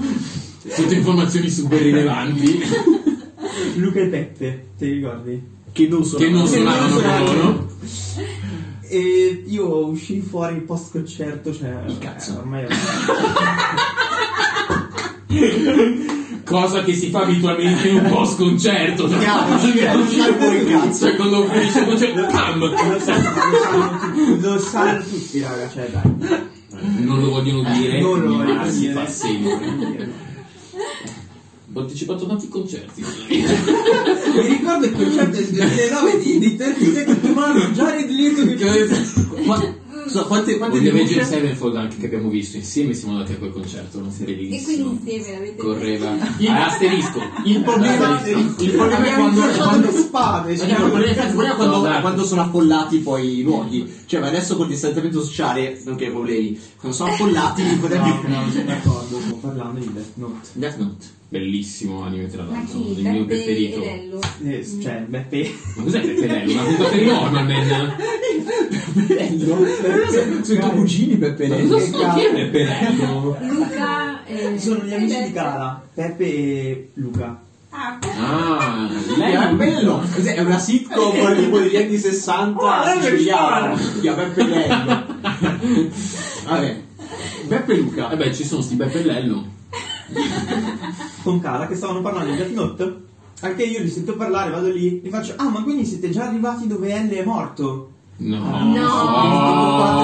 S1: Tutte informazioni super rilevanti
S4: Luca e Peppe ti ricordi?
S3: Che non sono.
S1: che non suonavano con
S4: suonavano.
S1: loro.
S4: e io uscii fuori post concerto cioè
S3: Il cazzo.
S4: eh, ormai
S1: Cosa che si fa abitualmente in un Cioè, post concerto.
S3: fuori il cazzo.
S1: Cioè quando finisce il concerto, pam!
S4: lo sanno tutti lo sanno tutti raga cioè dai
S1: Eh, Non lo vogliono dire,
S4: non lo
S1: ma
S4: vogliono
S1: si
S4: dire.
S1: fa sempre. Ho partecipato a tanti concerti.
S4: Mi ricordo il concerto del 2009 di, di 30 Second to Mars, Jared Leto che
S3: Ma- Cioè, so, quante, quante
S1: Con gli Avengers
S3: denunce-
S1: Sevenfold anche che abbiamo visto insieme siamo andati a quel concerto, non
S2: E
S1: bellissimo.
S2: quindi insieme l'avete
S1: Correva Ah, asterisco.
S4: Il problema,
S1: il problema è quando
S4: quando spade, cioè.
S3: Ragazzi, ma il problema è che poi quando,
S1: Esatto.
S3: quando sono affollati poi i luoghi, cioè ma adesso col distanziamento sociale, nonché problemi, quando sono affollati li
S4: No,
S3: potremmo...
S4: non sono d'accordo, sto parlando di Death Note.
S3: Death Note.
S1: Bellissimo anime tra
S2: Ma
S1: l'altro, il
S2: chi?
S1: mio
S2: Beppe e
S1: preferito.
S2: Lello.
S4: Eh,
S1: Mm.
S4: cioè, Beppe.
S1: Ma cos'è Beppe Lello? Una puntata di Norman Man?
S3: Bello, sono Eh, i tuoi cugini Peppe
S1: Ma cosa sono? Chi è Beppe Lello?
S2: Luca e...
S6: eh,
S4: Sono gli amici di
S2: Beppe.
S4: Cala, Peppe e Luca.
S2: Ah,
S1: Ah,
S3: È
S1: Lello.
S3: bello, Cos'è? è una sitcom tipo degli anni 60
S4: Oh, è
S3: siciliana, di Beppe Lello. Vabbè, Beppe Luca.
S1: Eh beh, ci sono sti Beppe Lello.
S4: Con Cala che stavano parlando di Death Note. Anche io li sento parlare, vado lì e faccio Ah, ma quindi siete già arrivati dove L è morto?
S1: No.
S6: No.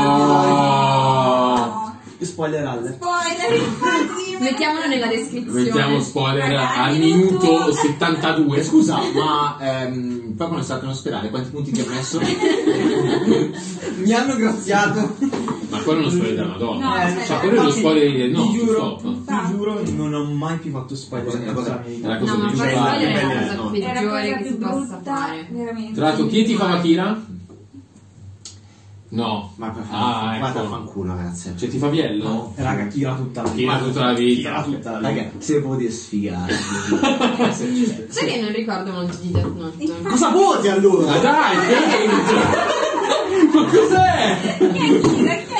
S1: Oh.
S4: Spoiler alert.
S2: spoiler, infatti,
S6: Mettiamolo nella descrizione.
S1: Mettiamo spoiler
S2: Raga,
S1: al
S2: al
S1: minuto
S2: minuto-
S1: 72.
S3: Scusa, ma ehm, poi quando è stato in ospedale quanti punti ti ha messo?
S4: Mi hanno graziato.
S1: Ma quello è uno spoiler della Madonna.
S2: No,
S1: Ma
S2: aspetta,
S1: cioè, quello è uno
S4: infatti,
S1: spoiler di
S4: ti
S1: no,
S4: giuro,
S1: stop.
S4: ti giuro, non ho mai più fatto spoiler
S3: Una
S4: nella
S3: cosa-
S4: cosa mia
S1: Era cosa
S6: No,
S4: vita.
S6: ma
S1: più
S6: fare
S1: bella.
S6: spoiler è la
S3: Eh, no.
S6: cosa
S2: È la
S6: peggiore
S2: cosa
S6: che si
S2: più
S6: possa
S2: brutta,
S6: fare.
S2: veramente.
S1: Tra l'altro, chi ti fa la tira? No.
S3: Ma per
S1: Ah,
S3: vada a
S1: ecco.
S3: fanculo, ragazzi.
S1: Cioè, ti fa biello?
S3: No.
S4: Raga, tira tutta la
S1: Tira
S4: vita.
S1: tutta la
S4: Tira
S1: vita.
S4: tutta la vita.
S3: Raga, se potete sfigare.
S6: Sai che non ricordo molto di Death Note.
S3: Cosa vuoti allora?
S1: Ma dai, dentro! Ma cos'è?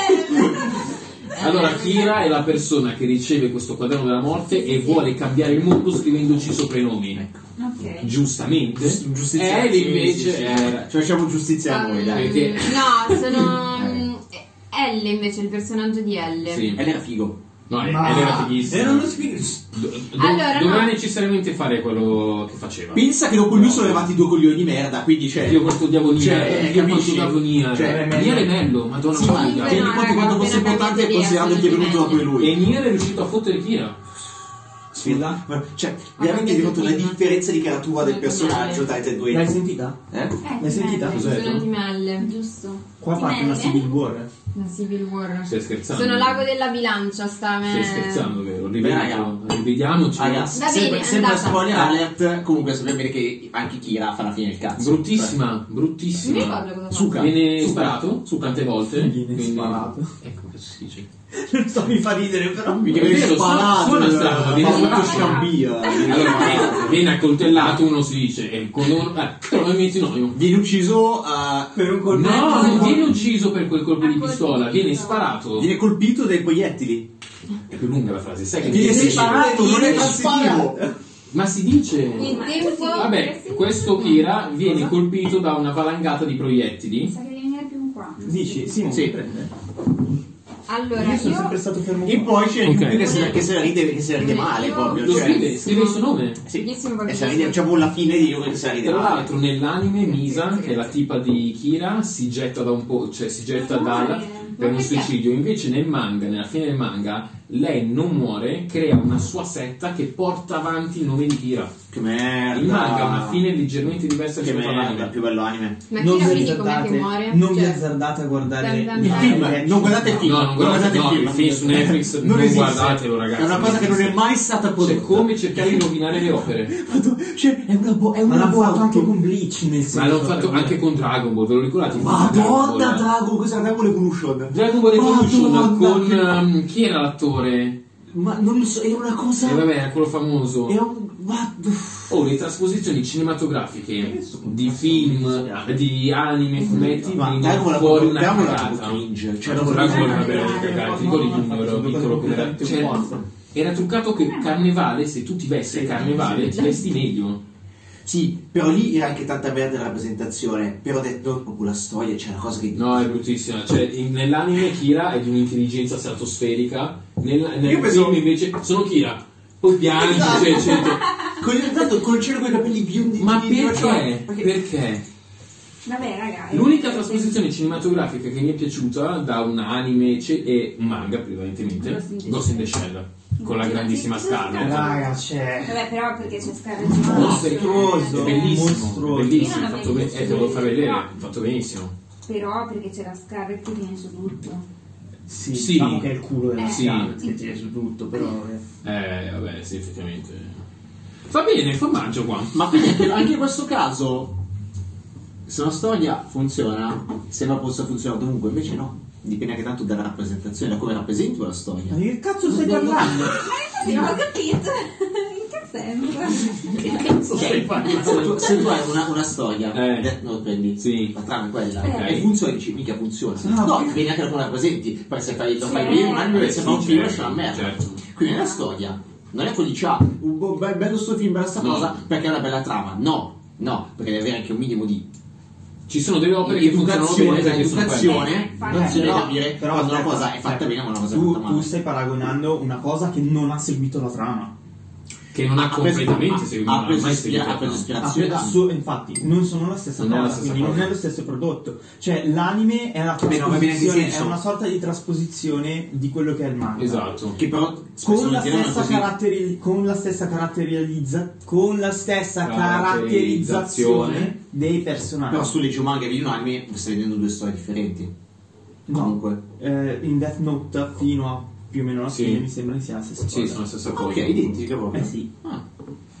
S1: Allora, Kira è la persona che riceve questo quaderno della morte e vuole cambiare il mondo scrivendoci sopra i nomi.
S6: Ecco.
S2: Ok.
S1: Giustamente.
S3: Eh, Giustizia.
S1: Ed invece è-
S3: Ci Cioè, facciamo giustizia a noi, dai.
S1: perché-
S6: No, sono... mm, L invece, il personaggio di L.
S1: Sì.
S3: Ed era figo.
S1: No, è-
S4: Ma-
S1: ed era fighissimo.
S4: Era uno spirito.
S1: Do- do-
S6: Allora,
S1: dovrà
S6: no.
S1: necessariamente fare quello che faceva.
S3: Pensa che dopo lui sono arrivati due coglioni di merda, quindi c'è.
S1: Dio quanto diavonia,
S3: Cioè,
S1: cioè,
S3: capisci?
S1: quanto diavonia.
S3: Cioè,
S1: Cioè, Nier è bello, madonna
S6: Sì,
S1: quanta
S6: ma-
S1: diavonia.
S3: Tieni
S6: no,
S3: conto
S6: raga,
S3: quanto fosse
S6: appena
S3: importante
S6: cambiato
S3: considerando che è
S6: idea,
S3: venuto dopo di
S6: sono
S1: E
S3: lui.
S1: Nier è riuscito a fottere Kira.
S4: Sfida.
S3: Ma- Cioè,
S6: Ma
S3: veramente
S6: perché
S3: hai notato la
S6: prima?
S3: differenza di caratura del
S6: Sono
S3: personaggio
S6: come-
S3: tra i tre
S4: L'hai
S3: due.
S4: sentita?
S3: Eh?
S4: L'hai sentita?
S2: Eh,
S1: Cos'è?
S6: Sono di Mel.
S2: Giusto.
S4: Qua parte una Civil War.
S6: La Civil War.
S1: Stai scherzando?
S6: Sono l'ago della bilancia, sta me.
S1: Stai scherzando, vero?
S3: raga.
S1: Rivediamo, rivediamoci.
S3: Ragazzi,
S6: Va bene,
S3: sempre, sempre
S6: andata.
S3: spoiler alert. Comunque, sappiamo bene che anche Kira fa la fine del cazzo.
S1: Bruttissima,
S6: Non mi
S1: bruttissima.
S6: ricordo cosa fa.
S3: Suca.
S1: Viene
S3: Suca.
S1: sparato su tante volte.
S4: Viene
S1: quindi-
S4: sparato.
S1: Ecco che si dice.
S4: Non so, mi fa ridere, però.
S3: Mica
S1: È
S3: viene
S1: vero,
S3: sparato,
S1: suona
S3: eh,
S1: strano,
S3: fa
S1: viene
S3: molto
S1: sparato.
S3: sciambia.
S1: Allora, viene- viene accoltellato, uno si dice, e quando uno... Eh, probabilmente no, io-
S3: Viene ucciso eh,
S4: Per un colpo.
S1: No,
S2: colpo
S1: non
S2: di-
S1: viene ucciso per quel colpo di
S2: A colpo di
S1: pistola, viene
S2: pistola.
S1: sparato.
S3: Viene colpito dai proiettili.
S1: È più lunga la frase, sai che
S3: Viene
S1: mi-
S3: sparato, non è
S4: Viene
S3: transitivo.
S1: Ma si dice...
S6: Il tempo...
S1: Vabbè, questo Kira viene colpito da una valangata di proiettili.
S2: Sa che viene più qua.
S4: Dici, Simon,
S3: Sì.
S4: mi prende.
S6: Allora,
S4: Io sono
S6: io...
S4: sempre stato fermo.
S3: E poi c'è
S1: Ok.
S3: lui che se, che se la ride, che se la ride
S6: Io-
S3: male proprio.
S1: Lo
S3: cioè,
S1: scrive, scrive il suo nome.
S3: Sì.
S6: Io sono
S3: E se la ride, diciamo la fine di lui che se la ride
S1: Tra
S3: male.
S1: l'altro nell'anime Misa, che è la tipa di Kira, si getta da un po', cioè si getta
S2: Ma
S1: dalla...
S2: dai.
S1: per
S6: Ma
S1: un
S6: perché?
S1: suicidio. Invece nel manga, nella fine del manga, lei non muore, crea una sua setta che porta avanti il nome di Kira.
S3: Che merda.
S1: Il manga ha una fine leggermente diversa
S3: Eh, Che
S1: rispetto
S3: merda,
S1: all'anime.
S3: più bello anime.
S6: Ma
S4: non
S6: chi
S4: vi
S6: quindi com'è che
S4: azzardate-
S6: muore?
S4: Non vi
S6: Cioè,
S4: azzardate a guardare
S6: Dan Dan
S4: il
S6: Dan.
S4: film.
S3: Eh, Non guardate il film.
S1: No, non guardate, no, il film su Netflix, non,
S3: esiste.
S1: guardatelo ragazzi.
S3: È una cosa che non è mai stata
S1: Cioè,
S3: prodotta.
S1: come cercare di rovinare le opere?
S3: Cioè, è una bo- è
S4: Ma
S3: una
S4: l'hanno fatto
S3: botta.
S4: anche con Bleach nel senso.
S1: Ma l'ho fatto
S4: per-
S1: anche con Dragon Ball, ve lo ricordate?
S3: Madonna,
S1: Dragon Ball.
S3: Dragon, questa è Dragon Evolution.
S1: Dragon Ball Evolution
S3: Madonna,
S1: con
S3: che-
S1: ehm, chi era l'attore?
S3: Ma non lo so, era una cosa.
S1: E vabbè, era quello famoso.
S3: Era un. ma-
S1: Oh, le trasposizioni cinematografiche di film, di anime, fumetti,
S3: Mm-hmm. Ma Dragon
S1: vengono
S3: Ball-
S1: fuori una
S3: Dragon Ball era proprio
S1: cagata.
S3: cringe. Cioè,
S1: Dragon
S3: era-
S1: Ball era una
S2: Dragon
S1: bella
S2: Ball
S1: cagata,
S2: era-
S1: ti ricordi
S4: no, no,
S1: quando ero
S4: no,
S1: piccolo come era?
S4: completamente
S1: Cioè,
S4: opposta.
S1: era truccato che Carnevale, se tu ti vesti a Carnevale, ti vesti meglio.
S3: Sì, però lì era anche tanta merda la rappresentazione. Però ho detto, no, proprio la storia, c'è una cosa che.
S1: No, è bruttissima. Cioè, in- nell'anime Kira è di un'intelligenza stratosferica, nel, nel
S3: Io penso- Esatto.
S1: film invece sono Kira. Poi piangi, cioè, cioè,
S3: Con il tanto con il cielo con i capelli biondi. cioè,
S1: Ma
S3: di- di-
S1: eh, perché?
S3: Perché?
S1: Perché?
S2: Vabbè, eh. ragazzi.
S1: L'unica trasposizione cinematografica che mi è piaciuta da un anime ecce- è un manga, prevalentemente,
S2: Ghost in the
S1: Ghost in the Shell, con la grandissima Scarlet.
S4: Raga, cioè, c'è.
S2: Vabbè, però perché c'è Scarlett
S1: No,
S2: Johansson. eh.
S1: perché
S4: Mostruoso.
S1: è bellissimo,
S4: Mostruoso.
S1: è bellissimo,
S2: Io non
S1: fatto
S2: avevo
S1: bene,
S2: visto.
S1: eh, te lo devo far vedere, è fatto benissimo.
S2: Però perché c'è la Scarlett che viene su tutto.
S4: Sì,
S1: Sì.
S4: diciamo che è il culo della
S2: Eh,
S1: sì.
S4: scala, che tira su tutto, però. eh.
S1: Eh, vabbè, sì, effettivamente. Va bene, formaggio qua.
S3: Ma quindi anche in questo caso, se una storia funziona, sembra possa funzionare dovunque, invece no. Dipende anche tanto dalla rappresentazione, da come rappresenti la storia.
S4: Ma di che cazzo stai parlando?
S2: Ma io non ho capito. In che senso?
S3: Cioè, se tu, se tu hai una, una storia,
S1: Eh.
S3: eh, non prendi
S1: Sì.
S3: la trama è quella,
S2: Eh.
S3: e funziona, dici, mica funziona.
S4: No.
S3: No, dipende anche da come la rappresenti, perché se fai, lo fai
S2: Sì.
S3: prima un anno e se fa un
S1: Sì,
S3: film
S1: certo,
S3: esce una merda.
S1: certo.
S3: Quindi è una storia, non è che dici, ah, un bo- be- bello sto film, bella sta
S1: No.
S3: cosa, perché è una bella trama. No, no, perché deve avere anche un minimo di
S1: Ci sono delle opere che funzionano
S3: educazione,
S1: bene perché sono quelle.
S2: belle.
S3: educazione,
S2: Infatti.
S3: non si deve
S4: però-
S3: capire
S4: però
S3: quando una
S4: aspetta,
S3: cosa è fatta
S4: aspetta.
S3: bene ma una cosa è fatta
S4: Tu, tu
S3: male.
S4: stai paragonando una cosa che non ha seguito la trama.
S1: Che non ha
S3: preso-
S1: completamente, secondo me,
S3: ha preso,
S1: ormai
S3: ispira- ha
S1: seguito.
S3: preso
S4: Ah,
S3: ispirazione da
S4: so- infatti, non sono la stessa
S1: Non è la
S4: cosa,
S1: stessa
S4: quindi
S1: cosa.
S4: non è lo stesso prodotto. Cioè, l'anime è una,
S3: Beh, no, va bene anche
S4: trasposizione-
S3: senso.
S4: è una sorta di trasposizione di quello che è il manga.
S1: Esatto.
S3: che però spesso
S4: Con la,
S3: non tirano
S4: stessa
S3: così.
S4: caratteri- con la stessa caratterializza- con la stessa
S1: Caratterizzazione.
S4: caratterizzazione dei personaggi.
S3: però su leggi un manga e vedi un anime stai vedendo due storie differenti
S4: No.
S3: comunque
S4: Eh, in Death Note fino a più o meno alla
S1: Sì.
S4: fine mi sembra che sia la stessa
S1: Sì,
S4: cosa.
S1: sono la stessa
S6: Ah,
S1: cosa.
S3: ok identica proprio
S4: Eh sì.
S1: Ah.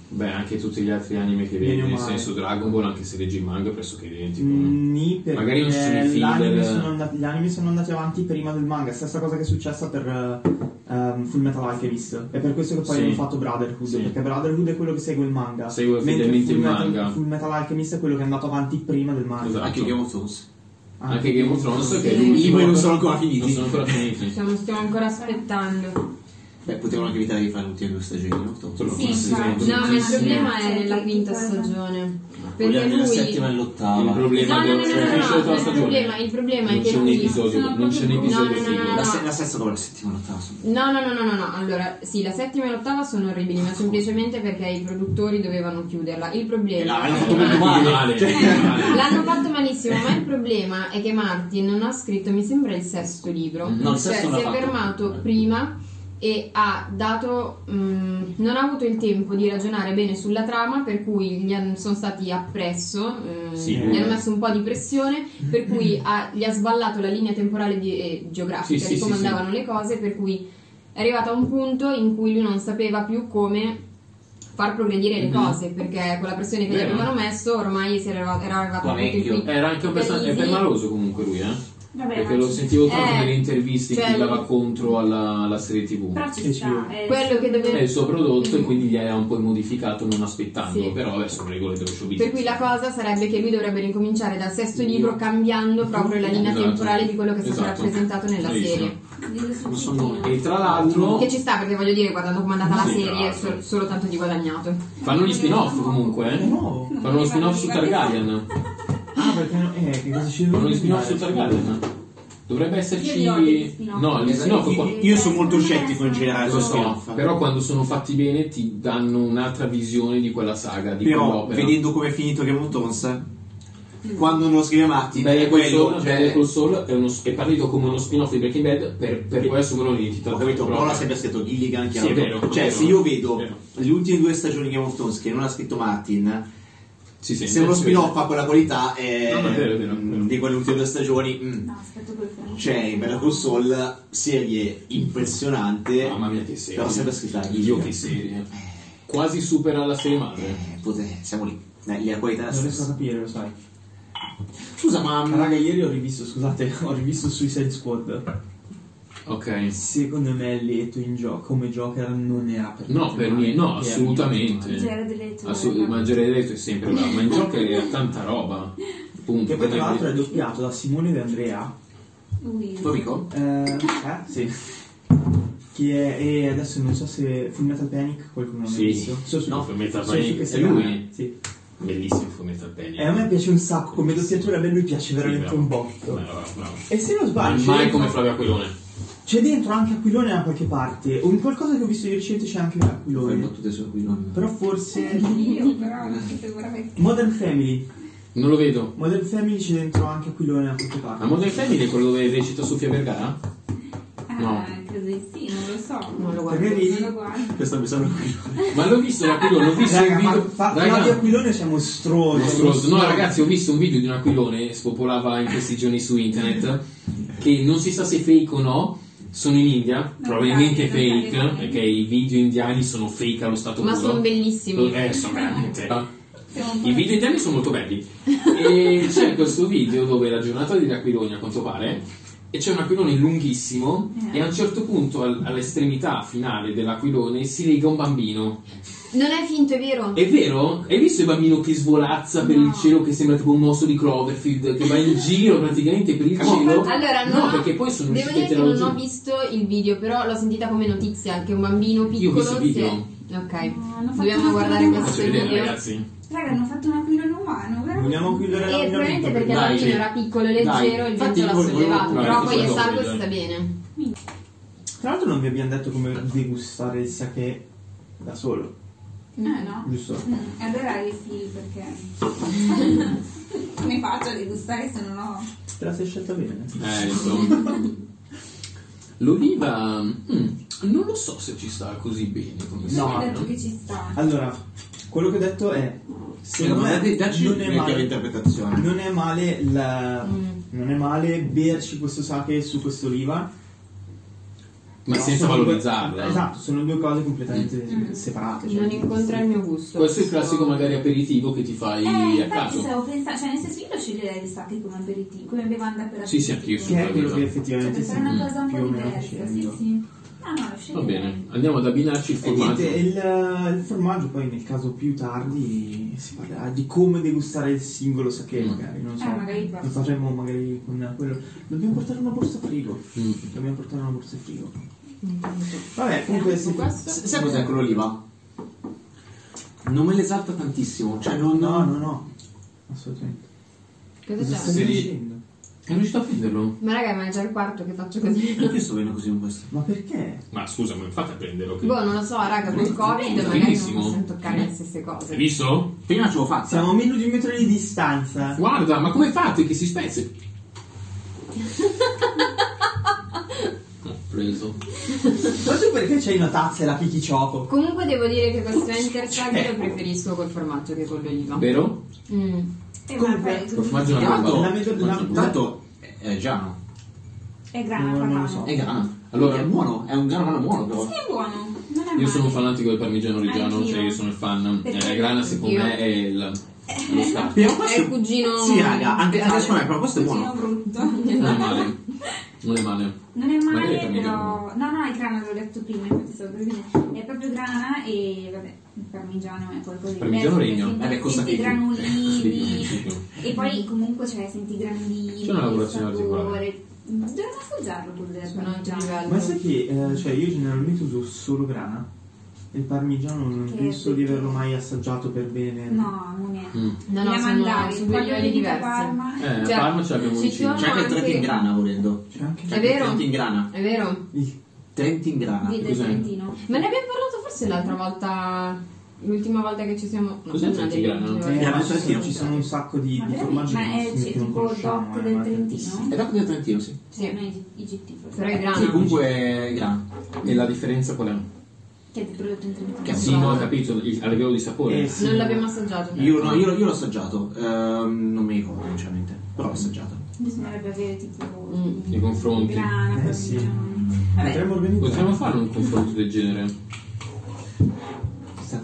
S1: Beh, anche tutti gli altri anime che vedi,
S4: Bene o
S1: nel
S4: male.
S1: senso Dragon Ball, anche se leggi il manga, è pressoché identico.
S4: Ni perché
S1: Magari non ci sono i
S4: l'anime,
S1: filler.
S4: sono andati, gli anime sono andati avanti prima del manga, stessa cosa che è successa per ehm, Full Metal Alchemist. È per questo che poi
S1: Sì.
S4: hanno fatto Brotherhood,
S1: Sì.
S4: perché Brotherhood è quello che segue il manga.
S1: Segue
S4: mentre
S1: fedelmente il
S4: Fullmetal-
S1: manga.
S4: Fullmetal Alchemist è quello che è andato avanti prima del manga. Ah.
S1: Esatto.
S3: anche Game of Thrones
S1: Anche Game of Thrones, che è
S6: Sì.
S1: l'ultimo-
S3: i voi non sono ancora finiti
S1: Non sono ancora finiti.
S6: Stiamo, stiamo ancora aspettando.
S3: beh potevano anche evitare di fare l'ultima due stagioni di Game of Thrones
S1: Solo
S2: Sì,
S1: forse
S2: infatti.
S1: sì.
S6: No, ma il
S2: Sì.
S6: problema è nella quinta
S2: Sì.
S6: stagione. Perché
S3: vogliamo nella settima e
S6: lui.
S1: Il
S3: l'ottava
S1: problema
S6: No, no, no,
S1: del
S6: no, no,
S1: cioè,
S6: no,
S1: finisce la tua
S6: il
S1: stagione.
S6: problema- il problema è
S1: non
S6: che
S1: c'è un
S6: lui-
S1: episodio,
S2: sono
S1: non c'è un
S2: proprio-
S1: episodio
S6: no, no, no,
S1: figo.
S6: no, no.
S3: la, se- la stessa come la settima e l'ottava sono-
S6: No, no, no, no, no, no. Allora, sì, la settima e l'ottava sono orribili, ma semplicemente perché i produttori dovevano chiuderla. Il
S3: e
S6: problema.
S3: l'hanno
S1: Eh,
S3: fatto molto
S1: male, male,
S3: male
S1: male.
S6: L'hanno fatto malissimo, ma il problema è che Martin non ha scritto, mi sembra, il sesto libro.
S1: No,
S3: il sesto
S6: cioè,
S3: l'ha
S6: si è
S3: fatto.
S6: fermato prima e ha dato. mm, non ha avuto il tempo di ragionare bene sulla trama, per cui gli han- sono stati appresso, mm,
S1: Sì. Mm.
S6: gli hanno messo un po' di pressione, per cui ha- gli ha sballato la linea temporale di- e geografica
S1: Sì, sì,
S6: di come
S1: sì, sì.
S6: andavano le cose, per cui è arrivato a un punto in cui lui non sapeva più come far progredire
S1: Mm-hmm.
S6: le cose perché con la pressione che gli
S1: Vero.
S6: avevano messo ormai si era arrivato, era arrivato
S3: Ma
S6: a un punto in
S3: vecchio.
S6: cui
S1: Era anche un personaggio, è
S6: Bellissimo.
S1: permaloso comunque lui, eh.
S2: Vabbè,
S1: Perché
S2: ma
S1: lo
S2: ci-
S1: sentivo tanto
S6: Eh,
S1: nelle interviste
S6: cioè-
S1: che andava contro alla, alla serie tv.
S2: Però ci
S4: Eh,
S2: sta.
S4: sì.
S2: eh,
S6: Quello che deve-
S1: È il suo prodotto e quindi gli era un po' modificato non aspettandolo,
S6: Sì.
S1: però eh, sono regole dello show
S6: Per cui la cosa sarebbe che lui dovrebbe ricominciare dal sesto libro cambiando proprio la linea
S1: Esatto.
S6: temporale di quello che è stato
S1: Esatto.
S6: rappresentato nella
S1: Bravissimo.
S6: serie.
S2: deve
S3: non so il nome.
S1: E tra l'altro
S6: Che ci sta perché voglio dire, guardando come è andata la
S1: Oh. Sì,
S6: serie,
S1: esatto.
S6: so- solo tanto di guadagnato.
S1: fanno gli spin-off comunque, eh.
S4: No.
S1: Fanno uno spin-off su Targaryen.
S4: Ah, perché no- eh, che cosa ci
S1: Fanno
S4: devo
S1: gli spin-off su
S4: dire?
S1: Targaryen. Dovrebbe esserci.
S2: Io li odio gli spin-off.
S1: No, gli spin-off qua.
S3: io, io sono molto scettico in generale
S1: Lo
S3: su
S1: so,
S3: spin-off
S1: però quando sono fatti bene ti danno un'altra visione di quella saga, di
S3: Però,
S1: quell'opera.
S3: vedendo come è finito Game of Thrones, quando non scrive Matti
S1: Better
S3: è
S1: Call Saul,
S3: quello
S1: Better
S3: cioè
S1: Call Saul è, uno, è partito come uno spin-off di Breaking Bad per, per poi assumere un'identità
S3: ho capito
S1: propria.
S3: però l'ha sempre scritto Gilligan
S1: Sì,
S3: chiaro.
S1: è vero, è
S3: cioè
S1: vero.
S3: se io vedo
S1: È vero.
S3: le ultime due stagioni di Game of Thrones che non ha scritto Martin
S1: Sì, sì,
S3: se uno
S1: sì,
S3: spin-off ha quella qualità eh,
S1: No, no, è vero, è vero, è vero.
S3: di quelle ultime due stagioni mm.
S2: No, aspetto quel film.
S3: cioè Better Call Saul serie impressionante
S1: Mamma mia che serie.
S3: però sempre scritta da
S1: Dio
S3: Gilligan
S1: che serie. Quasi supera la serie madre.
S3: eh, pote- siamo lì Dai, la qualità è la
S4: Eh, Non riesco a
S3: stessa
S4: capire, lo sai.
S3: scusa ma mm,
S4: Raga, ieri ho rivisto, scusate, ho rivisto Suicide Squad.
S1: Ok.
S4: Secondo me Leto in gioco come Joker non era per
S1: No, per niente, no,
S4: Era-
S1: assolutamente.
S2: Jared Leto.
S1: Assolut- ma Jared è sempre bravo, ma in gioco è tanta roba. Punto.
S4: Che poi tra l'altro è doppiato da Simone De Andrea.
S2: Lui.
S3: tuo amico?
S4: Eh, eh? Sì. Che è, e adesso non so se Full Metal Panic qualcuno l'ha
S1: Sì.
S4: visto. So su-
S1: No, Full Metal
S4: so
S1: Panic,
S4: su questo
S1: è lui?
S4: canale, Sì.
S1: Bellissimo Full Metal Panic.
S4: E Eh, a me piace un sacco, come doppiatore a me lui piace veramente
S1: bravo.
S4: un botto.
S1: Bravo, bravo.
S4: E se non
S1: Ma
S4: sbaglio, c'è
S1: mai
S4: dentro-
S1: come Flavio Aquilone.
S4: c'è dentro anche Aquilone da qualche parte, o in qualcosa che ho visto di recente c'è anche
S3: Fai
S4: Aquilone.
S3: battute su Aquilone.
S4: Però forse...
S2: Io però non si figura perché.
S4: Modern Family.
S1: Non lo vedo.
S4: Modern Family c'è dentro anche Aquilone da qualche
S1: Ma
S4: parte.
S1: Modern Family è quello dove recita Sofia Vergara?
S2: Ah,
S1: No.
S2: credo di sì, non lo so.
S6: Non lo guardo.
S4: Perché
S2: Non
S4: ridi?
S2: lo guardo.
S3: questo mi sembra Aquilone
S1: Ma l'ho visto l'Aquilone, ho visto
S4: Raga,
S1: un video.
S4: ma fa-
S1: Raga,
S4: Flavio Aquilone c'è mostruoso.
S1: mostruoso. No, ragazzi, ho visto un video di un aquilone spopolava in questi giorni su internet. Che non si sa se fake o no. Sono in India, probabilmente
S2: dai, non
S1: fake,
S2: dai, dai.
S1: perché i video indiani sono fake allo stato
S6: Ma
S1: puro.
S6: sono bellissimi.
S1: Eh, sono veramente.
S2: Siamo un po'
S1: I video interni sono molto belli. E c'è questo video dove la giornata degli aquiloni, a quanto pare, e c'è un aquilone lunghissimo,
S2: Eh.
S1: e a un certo punto, al- all'estremità finale dell'aquilone, si lega un bambino.
S6: Non è finto, è vero?
S1: È vero? Hai visto il bambino che svolazza per
S2: No.
S1: il cielo che sembra tipo un osso di Cloverfield che va in giro praticamente per il cielo?
S6: Allora,
S1: no,
S6: no,
S1: perché poi sono
S6: Devo
S1: uscite
S6: dire che non ho
S1: tecnologie.
S6: visto il video, però l'ho sentita come notizia che un bambino piccolo.
S1: Io ho visto il
S6: si
S1: video.
S6: è- Ok.
S2: No, hanno fatto
S6: Dobbiamo
S2: una
S6: guardare
S2: cosa
S1: Faccio
S6: questo
S1: vedere,
S6: video.
S1: ragazzi.
S2: Raga, hanno fatto un aquilone umano, vero?
S4: Vogliamo chiudere la
S6: E probabilmente perché il
S1: Dai,
S6: bambino
S1: sì.
S6: era piccolo e leggero,
S1: Dai.
S6: il
S1: Infatti,
S6: vento l'ha
S1: volevo-
S6: sollevato.
S1: volevo-
S6: Però
S1: volevo-
S6: poi è
S1: volevo-
S6: salvo e
S1: volevo-
S6: sta bene.
S4: Tra l'altro non vi abbiamo detto come degustare il sake da solo,
S2: Eh, no.
S4: giusto?
S2: Mm, e Allora rifill perché. Come faccio a degustare se non ho.
S4: Te la sei scelta bene.
S1: Eh, insomma. L'oliva, mm, non lo so se ci sta così bene come
S2: Tu
S1: si
S2: mi
S1: fa,
S2: hai detto che ci sta.
S4: Allora, quello che ho detto è... Secondo
S1: Cioè,
S4: me non è male,
S3: interpretazione
S4: non è male la-
S6: Mm.
S4: non è male berci questo sake su quest'oliva.
S1: Ma
S4: però
S1: senza
S4: sono due-
S1: valorizzarla.
S4: Esatto, sono due cose completamente
S2: Mm.
S4: separate. cioè-
S6: Non incontra il mio gusto.
S1: Questo è il classico magari aperitivo che ti fai
S2: Eh,
S1: a
S2: infatti
S1: caso.
S2: stavo pensando, cioè nel senso io lo sceglierei il sake come aperitivo, come bevanda per aperitivo.
S1: Sì, sì, anch'io sono-
S4: Che è quello che
S2: Cioè,
S4: effettivamente
S2: per fare una cosa un po'
S4: più o meno
S2: diversa, sì,
S4: scendo.
S2: sì. Ah, no, lo sceglierei.
S1: Va bene, andiamo ad abbinarci il
S4: E
S1: formaggio.
S4: Eh, niente, il, il formaggio poi nel caso più tardi si parlerà di come degustare il singolo sake
S1: Mm.
S4: magari, non so,
S2: Eh, magari
S4: lo faremo magari con quello. Dobbiamo portare una borsa frigo,
S1: Mm.
S4: dobbiamo portare una borsa frigo. Vabbè, comunque
S6: Anche su
S4: se-
S6: questo?
S3: S- sai cos'è quello lì va? non me l'esalta tantissimo cioè non
S4: No, no, no, assolutamente. Cosa
S6: Cosa c'è?
S4: stai
S1: Sì.
S4: dicendo?
S1: È riuscito a prenderlo?
S6: Ma raga, ma è già il quarto che faccio così.
S3: perché sto bene così con questo
S4: Ma perché?
S1: Ma scusa, ma infatti a prenderlo. Che...
S6: Boh, non lo so, raga, col Covid magari non
S1: Benissimo.
S6: possiamo toccare le stesse
S1: Hai
S6: cose.
S1: visto?
S3: prima ce l'ho fatta
S4: Siamo a meno di un metro di distanza.
S1: Guarda, ma come fate che si spezzi? Ho preso.
S4: Ma tu perché c'hai una tazza e la picchi cioco?
S6: Comunque devo dire che questo
S1: Cioè.
S6: enter tag lo preferisco col formaggio che con l'oliva.
S1: Vero?
S6: Mm.
S2: Eh, ma
S4: Comunque,
S2: fai-
S1: Lo formaggio è una
S2: Esatto.
S3: Tanto-
S1: roba.
S4: la medo-
S1: Formaggio
S4: la-
S1: buono.
S3: tanto è- è grano
S2: È grana,
S4: No, non
S2: papà.
S4: lo so.
S3: è grano
S1: Allora-
S3: allora è buono è un grano grano buono però
S2: Sì, è buono, non è
S1: Io
S2: male.
S1: sono un fanatico del parmigiano reggiano,
S2: Anch'io.
S1: cioè io sono il fan. Eh,
S2: Perché-
S1: la grana secondo
S6: Io.
S1: me è il... lo scatto.
S3: però
S6: È il cugino...
S3: sì raga anche adesso me però questo è
S2: Cucino
S3: buono
S2: brutto.
S1: Non è male. Non è male.
S2: Non
S1: Magari
S2: è male,
S1: è parmigiano.
S2: però. No, no, è grana, l'ho detto prima, infatti stavo per dire. È proprio grana e vabbè, il parmigiano è qualcosa di
S1: Parmigiano
S2: perché
S1: regno.
S2: senti-
S3: Vabbè, costa
S2: senti i
S3: di più.
S2: granulini.
S1: Sì.
S2: e poi comunque cioè, senti i granulini.
S1: C'è una lavorazione
S2: il sapore.
S1: particolare.
S2: Dovremmo assaggiarlo quel del
S6: Sono un altro
S2: parmigiano.
S6: livello.
S4: Ma sai che eh, cioè io generalmente uso solo grana e il parmigiano non
S2: Che
S4: penso di averlo
S2: perché?
S4: mai assaggiato per bene.
S2: No, non è.
S1: Mm.
S6: No, no,
S2: Le
S6: sono
S2: mandare,
S6: su
S2: il
S6: due
S2: foglio
S6: livelli
S2: di
S6: diversi.
S2: Parma.
S1: Eh, a
S6: Cioè,
S1: Parma ce l'abbiamo
S6: ci
S1: vicino.
S6: sono-
S3: c'è Cioè, anche il
S6: anche-
S3: Trent in grana volendo
S4: C'è
S1: Cioè,
S3: C'è
S6: È
S4: anche
S3: anche il
S6: vero.
S3: Trent in grana
S6: È vero?
S4: il
S3: Trent in grana
S2: Di del
S1: Cos'è?
S2: Trentino.
S6: Ma ne abbiamo parlato forse l'altra volta L'ultima volta che ci siamo... No,
S1: Cos'è
S6: una delle
S1: Tigrana?
S6: ultime
S4: Eh,
S6: volte.
S4: ma
S3: adesso
S4: sai che
S3: siamo
S4: ci sono un sacco di,
S2: Ma
S4: di
S2: veramente?
S4: formaggi
S2: Ma è
S4: buonissimi
S2: c-
S4: che non
S2: tipo
S4: conosciamo,
S2: DOT
S4: eh,
S2: del
S4: ma è
S2: Trentino?
S3: È da del Trentino, sì.
S2: Sì, non
S6: Sì,
S2: è eg- Egittivo.
S6: però è grana.
S3: Sì, comunque è grano.
S1: E la differenza qual è?
S2: Che è di prodotto in Trentino.
S1: Che sì, no, ho capito, il- a livello di sapore.
S4: Eh, sì.
S6: Non l'abbiamo assaggiato.
S3: Io, no, io, io l'ho assaggiato, ehm, non mi ricordo sinceramente, però l'ho assaggiato.
S2: Bisognerebbe avere tipo
S6: Mm.
S1: I confronti.
S2: grana, diciamo.
S4: Eh, sì.
S2: parmigiani. Vabbè.
S4: Potremmo organizzare.
S1: Possiamo fare un confronto del genere?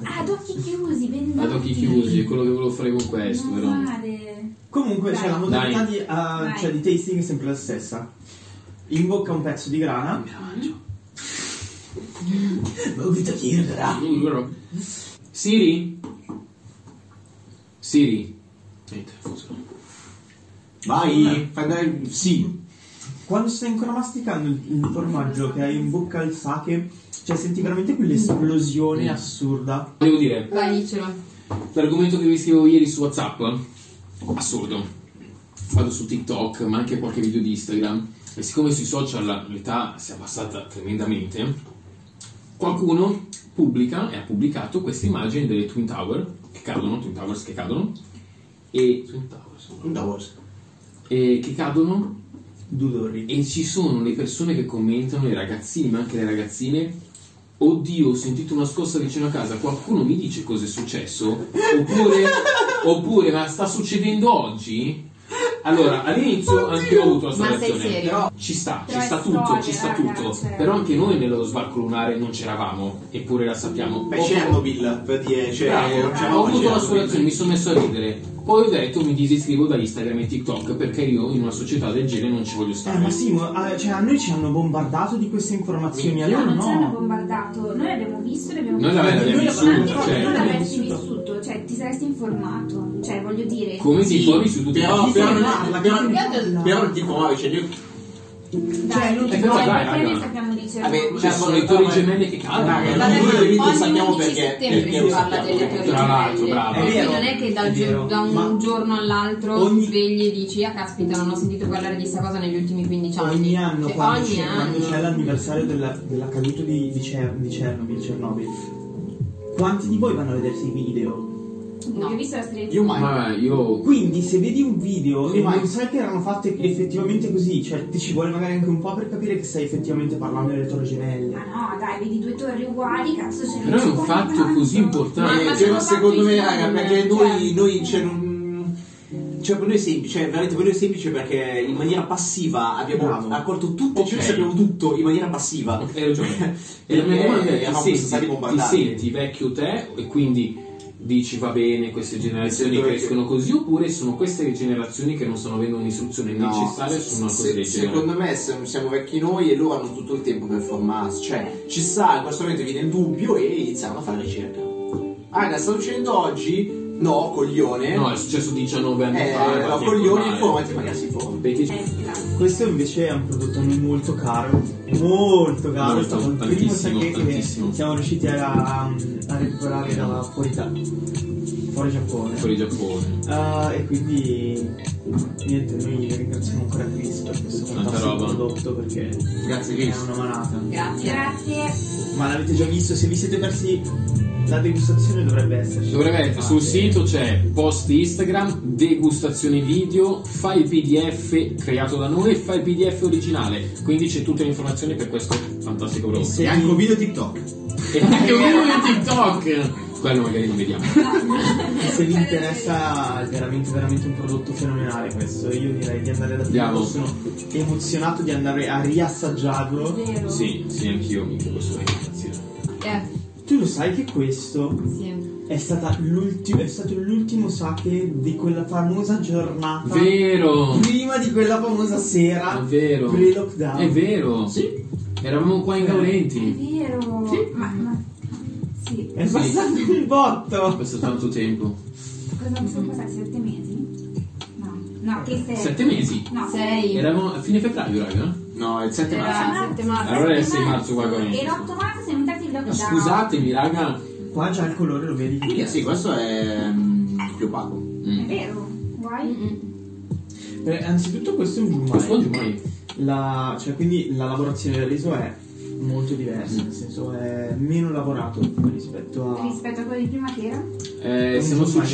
S2: Ah, Ad occhi chiusi, venduti.
S1: Ad occhi chiusi, è quello che volevo fare con questo,
S2: Non
S1: però.
S2: fare.
S4: Comunque, cioè,
S2: Dai.
S4: la modalità
S1: Dai.
S4: di, ah,
S2: Dai.
S4: cioè, di tasting è sempre la stessa. In bocca un pezzo di grana,
S3: Ma ho detto che era
S1: Mm, però. Siri? Siri?
S3: Vai, fai andare il- sì.
S4: quando stai ancora masticando il, il formaggio che hai in bocca il sake, cioè senti veramente quell'esplosione assurda.
S1: Devo dire,
S6: Vai, dicelo.
S1: l'argomento che vi scrivevo ieri su Whatsapp, assurdo. Vado su TikTok, ma anche qualche video di Instagram. E siccome sui social l'età si è abbassata tremendamente, qualcuno pubblica e ha pubblicato queste immagini delle Twin Tower che cadono, Twin Towers che cadono, e,
S3: Un Davos.
S1: e che cadono
S4: Dudorri.
S1: E ci sono le persone che commentano, i ragazzini, ma anche le ragazzine. Oddio, ho sentito una scossa vicino a casa, qualcuno mi dice cosa è successo? Oppure, oppure ma sta succedendo oggi? Allora, all'inizio anche io ho avuto la sua
S6: Ma sei
S1: reazione.
S6: serio?
S1: Però ci sta, ci
S2: Però è
S1: sta tutto,
S2: storia,
S1: ci sta
S2: raga,
S1: tutto.
S2: cioè.
S1: Però anche noi nello sbarco lunare non c'eravamo, eppure la sappiamo.
S3: Beh,
S1: Ho-
S3: Chernobyl, per dire, cioè,
S1: Bravo,
S3: non certo, c'era
S1: ho avuto la sua
S3: Chernobyl.
S1: reazione, mi sono messo a ridere. Poi ho detto mi disiscrivo da Instagram e TikTok perché io in una società del genere non ci voglio
S4: Eh,
S1: stare.
S4: ma sì, ma, ah, cioè, a noi ci hanno bombardato di queste informazioni, a
S2: No,
S4: loro
S2: Cioè, non ci hanno
S4: no.
S2: bombardato, noi l'abbiamo visto, l'abbiamo
S1: Noi
S2: visto.
S1: l'abbiamo
S2: Noi lo-
S1: vissuto,
S2: anche se
S1: cioè.
S2: non l'avessi vissuto, cioè ti saresti informato, cioè voglio dire.
S1: Come si fuori su tutti
S3: Però,
S1: i
S3: però,
S4: parla,
S3: però,
S6: chi parla?
S3: però, non ti muovi, cioè io...
S2: Dai,
S4: non
S2: non
S4: ti-
S2: cioè,
S1: però dai,
S2: perché
S1: raga.
S2: noi sappiamo di certo
S3: Vabbè,
S1: Cioè,
S3: ma-
S1: sono i
S3: ma-
S1: tori gemelli che
S3: Raga,
S1: cadono.
S3: noi
S6: Vabbè,
S3: delle vite
S6: ogni
S3: sappiamo
S6: 11
S3: perché...
S6: settembre
S3: perché
S6: si
S3: lo
S6: parla
S3: sappiamo,
S6: delle
S3: perché
S6: teorie.
S3: lo
S1: Tra
S3: sappiamo.
S1: l'altro,
S6: gemelle.
S1: brava.
S6: Quindi
S4: È vero,
S6: non è che
S4: è
S6: dal gio-
S4: vero,
S6: da un
S4: ma-
S6: giorno all'altro
S4: Ogni-
S6: svegli e dici ah caspita non ho sentito parlare di sta cosa negli ultimi 15 anni.
S4: Ogni anno,
S6: Cioè,
S4: quando,
S6: ogni
S4: c'è, quando
S6: anno.
S4: c'è l'anniversario della, dell'accaduto di, di, Cer- di Chernobyl, Chernobyl, quanti di voi vanno a vedersi i video?
S2: Io ho visto la strega.
S3: Io mai.
S1: Ma Ah, io.
S4: Quindi se vedi un video e
S3: Ma-
S4: non sai che erano fatte effettivamente così, cioè ti ci vuole magari anche un po' per capire che stai effettivamente parlando delle torri
S2: Ma
S4: gemelle.
S2: no, dai, vedi due torri uguali, cazzo c'è
S1: Però è un fatto così
S6: Ma-
S1: importante.
S6: ma
S3: cioè,
S6: sono
S3: ma secondo
S6: fatti
S3: me,
S6: i
S3: raga,
S6: film,
S3: perché
S6: cioè.
S3: noi, noi cioè, non- cioè, per noi è semplice, cioè, veramente per noi è semplice perché in maniera passiva abbiamo
S4: Bravo.
S3: accolto tutto, cioè,
S1: Ok.
S3: sappiamo tutto in maniera passiva.
S1: Hai ragione. E la mia domanda è:
S3: Eravamo
S1: ti
S3: stati
S1: senti, ti
S3: bombardati.
S1: senti vecchio te e quindi dici va bene, queste generazioni
S3: Sento vecchio.
S1: crescono così, oppure sono queste le generazioni che non stanno avendo un'istruzione necessaria su una cosa
S3: se-
S1: del genere?
S3: secondo me se- siamo vecchi noi e loro hanno tutto il tempo per formarsi, cioè ci sta, in questo momento viene il dubbio e iniziamo a fare ricerca. Raga, sta succedendo oggi? No, coglione.
S1: No, è successo 19 anni
S3: eh,
S1: fa.
S3: no,
S1: infatti,
S3: coglione,
S1: è normale.
S3: informati, magari si forma.
S1: Perché
S2: importante.
S4: Questo invece è un prodotto molto caro, molto caro,
S1: Molto,
S4: è stato il primo
S1: tantissimo,
S4: sake che
S1: tantissimo.
S4: siamo riusciti a, a recuperare da fuori, Ita- fuori Giappone.
S1: fuori Giappone.
S4: Ah, e quindi niente, noi ringraziamo ancora Cristo per questo
S1: Tanta
S4: fantastico
S1: roba.
S4: prodotto perché
S3: Grazie
S4: è una manata.
S6: Grazie.
S2: Grazie.
S4: Ma l'avete già visto? Se vi siete persi la degustazione dovrebbe esserci. Ah,
S1: Dovrebbe essere sul sito c'è post Instagram, degustazione video, file PDF creato da noi e file PDF originale. Quindi c'è tutte le informazioni per questo fantastico prodotto.
S4: Se vi-
S3: video TikTok.
S1: E anche un video di TikTok! Quello magari lo vediamo.
S4: Se vi interessa è veramente veramente un prodotto fenomenale questo, io direi di andare da
S1: Andiamo.
S4: prima. Sono emozionato di andare a riassaggiarlo.
S2: Vero.
S1: Sì, sì, anch'io, minchia, questo è impazzito.
S6: Eh,
S4: Tu lo sai che questo
S6: sì.
S4: è, stata l'ultimo, è stato l'ultimo sake di quella famosa giornata.
S1: Vero!
S4: Prima di quella famosa sera
S1: È vero!
S4: pre-lockdown.
S1: È vero!
S4: Sì.
S1: Eravamo qua in
S2: È
S1: Gaulenti.
S2: vero.
S1: Sì.
S2: Ma, ma... Sì.
S4: È passato un
S1: È
S4: botto.
S1: passato tanto tempo.
S2: Cosa sono passati? Sette mesi? No. No, che sei?
S1: Sette mesi?
S2: No,
S6: Sei.
S1: Eravamo a fine febbraio, raga.
S3: No, il 7
S6: Era-
S3: marzo.
S6: sette marzo.
S1: Allora è il 6 marzo qua con
S2: E l'8 marzo siamo entrati in lockdown.
S1: Scusatemi, raga.
S4: Qua già il colore lo vedi.
S3: Minchia, sì, questo è mm, più opaco.
S2: È
S1: Mm.
S2: vero. Guai.
S6: Mm-mm.
S4: Eh, anzitutto questo è un
S1: Ma
S4: giumai.
S1: sfondi mai.
S4: La, cioè, quindi la lavorazione del riso è molto diversa, nel senso è meno lavorato rispetto a...
S2: Rispetto a quello di prima che era?
S1: Eh, siamo sul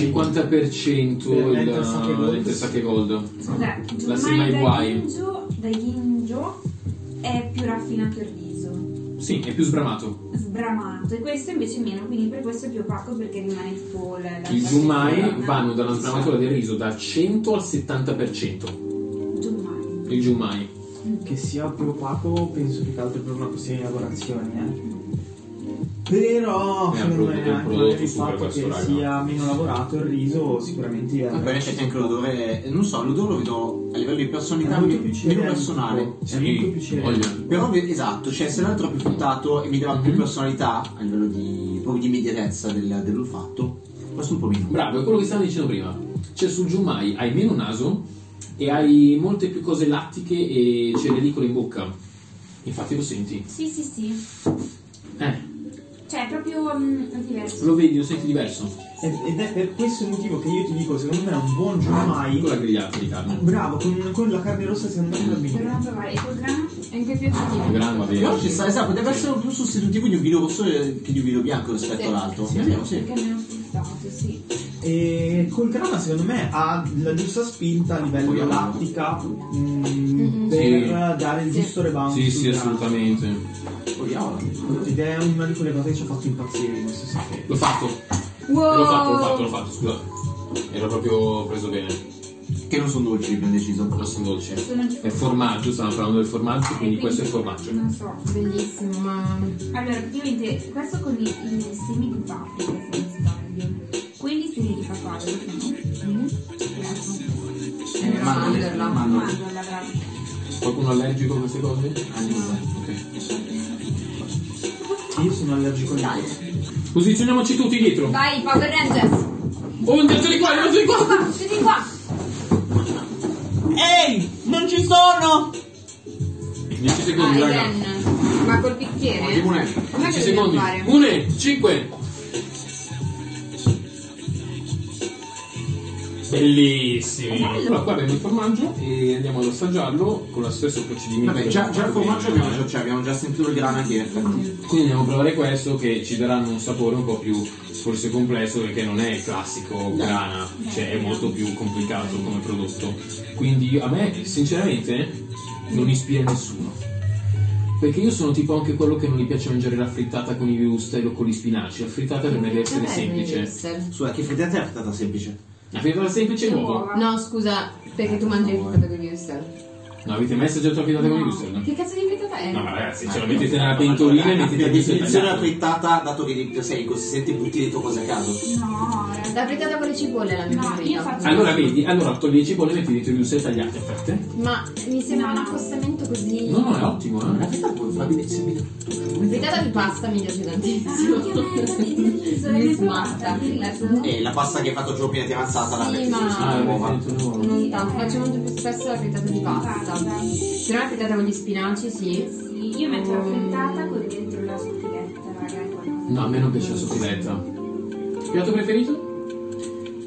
S1: 50%
S4: Per
S1: il-
S4: l'Enter Sake Gold.
S1: l'Enter Sake Gold.
S2: Scusa,
S1: La
S2: Giurmai
S1: Sima
S2: da
S1: Iwai.
S2: Ginjo, da Ginjo è più raffinato il riso,
S1: Sì, è più sbramato.
S2: sbramato, e questo invece meno, quindi per questo è più opaco perché rimane tipo la... la
S1: I Jumai
S2: la-
S1: vanno dalla sbramatura del riso dal 100 al 70%.
S2: Giurmai.
S1: Il Jumai.
S4: Che sia più opaco penso più che altro per una questione di lavorazione. eh. Però
S1: È un
S4: secondo
S1: prodotto-
S4: me
S1: un
S4: anche
S1: prodotto
S4: per il
S1: super
S4: fatto
S1: questo,
S4: che
S1: raga.
S4: sia meno lavorato il riso sicuramente è
S3: Ma poi c'è anche l'odore, non so, l'odore lo vedo a livello di personalità meno meno personale.
S4: È molto più celere.
S1: voglia.
S3: Però ve- esatto, cioè se l'altro è più fruttato e mi dava più
S1: Mhm.
S3: personalità a livello di proprio di immediatezza del- dell'olfatto, questo un po' meno.
S1: Bravo, è quello che stavo dicendo prima. Cioè sul Jumai hai meno naso e hai molte più cose lattiche e cerealicole in bocca. Infatti lo senti.
S2: Sì, sì, sì.
S1: Eh,
S2: Cioè è proprio mm, è diverso.
S1: lo vedi, lo senti diverso.
S4: Ed ed è per questo motivo che io ti dico, secondo me è un buon giornai.
S1: Con la grigliata di carne.
S4: Bravo, con, con la carne rossa secondo me va bene.
S2: Proviamo a provare. E col grano?
S6: È anche più
S1: Il
S6: sottile.
S1: grano va bene.
S3: Però ci sta, esatto, deve essere più sostitutivo di un vino rosso che di un vino bianco rispetto
S6: Sì,
S3: all'altro.
S6: sì,
S3: È vero, sì.
S2: Perché è meno fruttato, sì.
S4: E col grana secondo me ha la giusta spinta a livello
S3: Poi,
S4: lattica mm,
S6: Mm-mm.
S4: per
S1: Sì.
S4: dare il
S6: Sì.
S4: giusto rebound.
S1: Sì,
S4: sul
S1: sì,
S4: grana.
S1: assolutamente.
S3: Proviamola.
S4: Ed è una di quelle cose che ci ha fatto impazzire, questo sapere.
S1: L'ho fatto.
S6: Wow!
S1: L'ho fatto, l'ho fatto, l'ho fatto, scusa. Ero proprio preso bene.
S3: Che non sono dolci, abbiamo deciso.
S1: Non sono dolce.
S2: Sono di
S1: È formaggio, stavamo parlando del formaggio,
S2: Eh,
S1: quindi questo è formaggio.
S2: Non so.
S6: Bellissimo, ma
S2: Allora, praticamente questo con i, i semi di paprika, se non sbaglio. Quelli semi di papavero sono? Ecco.
S6: è una mandorla.
S2: Mandola, bravo.
S1: Qualcuno allergico a queste cose? Ok.
S4: Io sono allergico al latte.
S1: Posizioniamoci tutti dietro.
S6: Vai, Power Rangers!
S1: Oh, dietro di qua, dietro di qua!
S6: Qua, tutti qua!
S3: Ehi! Non ci sono!
S1: 10 secondi,
S6: Vai,
S1: raga.
S6: Ben. Ah, Ma col bicchiere?
S3: Andiamo
S6: Com'è
S3: nel-
S6: che
S1: 10
S6: dobbiamo
S1: secondi.
S6: fare?
S1: 1, 5. Bellissimi. Eh, Allora qua abbiamo il formaggio e andiamo ad assaggiarlo con lo stesso procedimento.
S3: Vabbè,
S1: che
S3: già,
S1: abbiamo
S3: già il
S1: fatto
S3: formaggio
S1: prima.
S3: abbiamo già, cioè, abbiamo già sentito il grana che è effettivamente.
S1: Quindi andiamo a provare questo che ci daranno un sapore un po' più forse complesso perché non è il classico grana, cioè è molto più complicato come prodotto. Quindi a me sinceramente non ispira nessuno. Perché io sono tipo anche quello che non gli piace mangiare la frittata con i wurstel o con gli spinaci. La frittata per me deve essere
S6: Vabbè,
S1: semplice.
S6: Mister.
S3: Scusa, che frittata è la frittata semplice?
S1: La frittata semplice è l'uovo.
S2: Uova.
S6: No, scusa, perché tu mangi il frittato con Mister.
S1: Non avete mai assaggiato la frittata con i wurstel?
S6: Che cazzo di frittata è?
S1: No ma ragazzi, ce la mettete nella pentolina e mettete
S3: La
S1: il wurstel
S3: definizione della
S1: tagliato.
S3: frittata, dato che ti- sei consistente, butti dentro cose a caso.
S2: No,
S6: La frittata con le cipolle è la mia
S2: No,
S6: preferita.
S2: io faccio-
S1: Allora vedi, allora togli le cipolle e metti dentro i wurstel tagliati a fette.
S6: Ma mi sembra un accostamento così...
S1: No, no, è ottimo, eh.
S3: La frittata può farmi sembra tutto.
S6: Frittata di pasta mi piace tantissimo.
S2: Anche a me, la frittata di
S6: Mi
S2: riso,
S6: smatta.
S2: la frittata di riso.
S3: E la pasta che hai fatto giù appena ti è avanzata la
S6: Sì,
S3: metti
S6: ma-
S3: sulle
S1: Ah,
S3: uova.
S1: avete detto no.
S6: Non tanto, faccio molto più spesso la frittata di pasta. Però la frittata con gli spinaci, sì.
S2: Sì, io metto la frittata con dentro la scuttiletta, raga. è quello.
S1: No, a me non piace la sottiletta. Piatto preferito?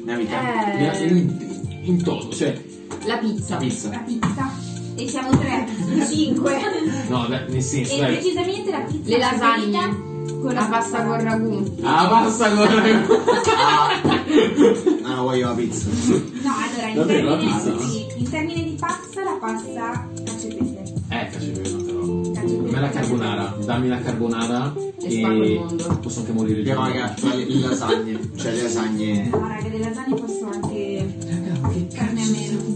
S3: Nella vita.
S1: Mi-
S6: Eh,
S1: In, in toto, cioè.
S6: la pizza.
S3: La pizza.
S2: La pizza. E siamo tre, cinque.
S1: No, dai, nel senso,
S2: E
S1: dai.
S2: precisamente la pizza
S6: Le lasagne.
S2: preferita con
S6: La pasta con ragù.
S1: Ah, basta con
S6: Eh.
S3: Ah, no, voglio la pizza.
S2: No, allora, in
S1: Davvero, la
S2: termini,
S1: pizza?
S2: sì, in termini di pasta, la pasta cacio
S1: Eh, cacio e pepe, però. Per me la carbonara. Dammi la carbonara
S6: E spacco il mondo.
S1: Posso anche morire di
S3: Abbiamo raga, tra cioè, le, le lasagne. Cioè le lasagne.
S2: No, raga, delle lasagne posso anche
S4: Che
S2: carne a meno.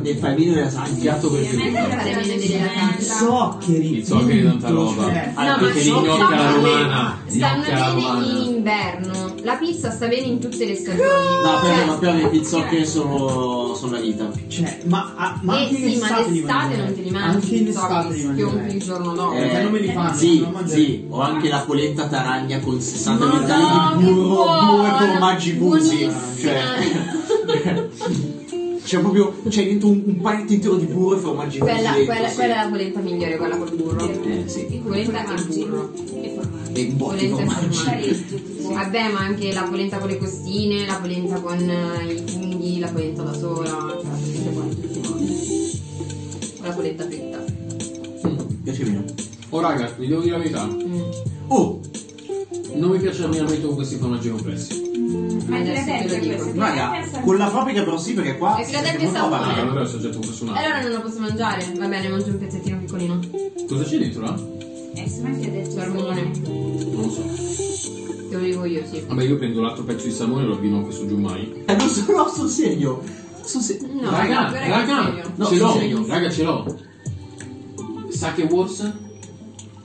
S3: Del famino delle lasagne.
S1: Piatto
S2: Sì, a me
S1: preferito.
S2: piace
S6: Fare
S2: la
S6: bene delle lasagne.
S4: Zoccheri!
S1: I zoccheri
S4: punto,
S1: tanta roba.
S4: cioè.
S3: Ah,
S6: ma
S1: perché lì gnocca alla
S6: stanno bene-
S1: romana,
S6: Stanno
S1: gnocca alla
S6: bene
S1: romana.
S6: in inverno. La pizza sta bene in tutte le stagioni.
S3: No, però,
S6: Cioè,
S3: ma però le pizzocche sono, sono la vita.
S4: Cioè, ma, ah, ma
S6: eh
S4: anche in
S6: sì, ma
S4: estate li
S6: l'estate
S4: mangiano.
S6: non te li mangi.
S4: Anche in
S6: i
S4: estate
S6: sciocchi,
S4: li
S6: schiompi il
S4: mangiano.
S6: giorno dopo.
S4: Eh, perché non me li fanno,
S3: Sì,
S4: non mangiano.
S3: sì, ho anche la polenta taragna con 60
S6: Madonna,
S3: miliardi di
S6: che
S3: burro, burro e
S6: buona!
S3: formaggi fusi. Cioè,
S6: Buonissima.
S3: c'è proprio, c'è dentro un, un pacchetto intero di burro e formaggi fusi.
S6: Quella,
S3: dentro,
S6: quella,
S3: sì.
S6: quella è la polenta migliore, quella col burro.
S3: Eh, sì.
S2: E con i
S6: Polenta al
S2: formaggi.
S6: burro.
S2: E formaggi.
S3: E un po' di
S6: Polenta e
S3: formaggi.
S6: formaggi.
S2: Parecchio.
S6: Vabbè, ma anche la polenta con le costine, la polenta con eh, i funghi, la polenta da sola, cioè, tutte buone, tutte buone. La polenta fritta.
S3: Mm, Piace meno.
S1: Ho Oh raga, vi devo dire la verità.
S3: Oh,
S1: Non mi piace l'allenamento con questi formaggi complessi.
S2: Ma è
S6: Adesso te lo
S2: Philadelphia
S6: dico.
S2: questa.
S3: raga,
S2: Philadelphia
S3: con la propria però sì, perché qua
S6: E Philadelphia
S3: siamo roba
S6: Sapone.
S1: Raga,
S3: raga.
S1: Ah, allora ho assaggiato un po' su un altro.
S6: Allora non lo posso mangiare. Va bene, mangio un pezzettino piccolino.
S1: Cosa c'è dentro là? Non
S2: Eh, secondo me è Philadelphia
S6: Salmone.
S2: Sapone.
S1: lo so.
S6: Te lo dico io, sì.
S1: Vabbè, io prendo l'altro pezzo di salmone e lo abbino anche su Giummai.
S3: Eh, non sono, no, sul serio. Sul se-
S6: No,
S1: raga,
S6: no, però è
S1: raga,
S6: serio.
S1: ce
S3: No,
S1: l'ho,
S3: serio.
S1: raga, ce l'ho. Sake Wars?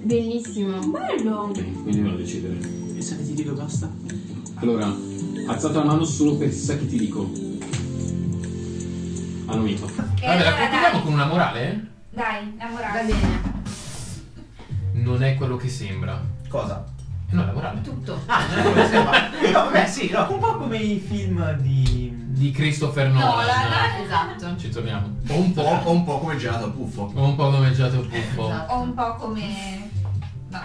S6: Bellissimo.
S2: Bello!
S1: Quindi me lo decidere.
S3: E sai che ti dico basta?
S1: Allora, alzate la mano solo per sa che ti dico. Ah, Hanno vinto.
S2: Eh,
S7: Vabbè, la
S2: allora,
S7: concludiamo con una morale?
S2: Dai, la morale.
S6: Va bene.
S7: Non è quello che sembra.
S8: Cosa?
S7: Eh, No, la morale.
S6: Tutto.
S8: Ah, non è quello che sembra. No, vabbè, sì, no, un po' come i film di...
S7: Di Christopher
S6: No,
S7: Nolan.
S6: la, la- esatto.
S7: Ci torniamo.
S8: O un po', o un po' come il gelato al puffo.
S7: Un po' come il Giato Puffo.
S8: Esatto.
S2: O un po' come... No.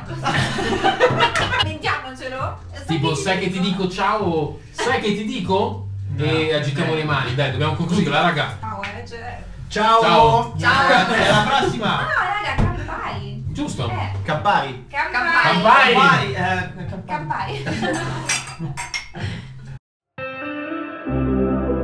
S2: Mentiamocelo. Sai
S7: Tipo,
S2: ti
S7: sai che ti dico ciao? Sai che ti dico?
S8: No.
S7: E agitiamo le mani, dai, dobbiamo concluderla, raga.
S2: No, eh, cioè...
S8: Ciao!
S7: Ciao.
S8: Ciao! Alla
S2: No,
S8: prossima!
S2: Ah, raga, campai.
S7: Giusto?
S2: Eh,
S8: Campari!
S2: campai.
S7: Campai.
S8: Campari! eh, Campari!
S2: Campai.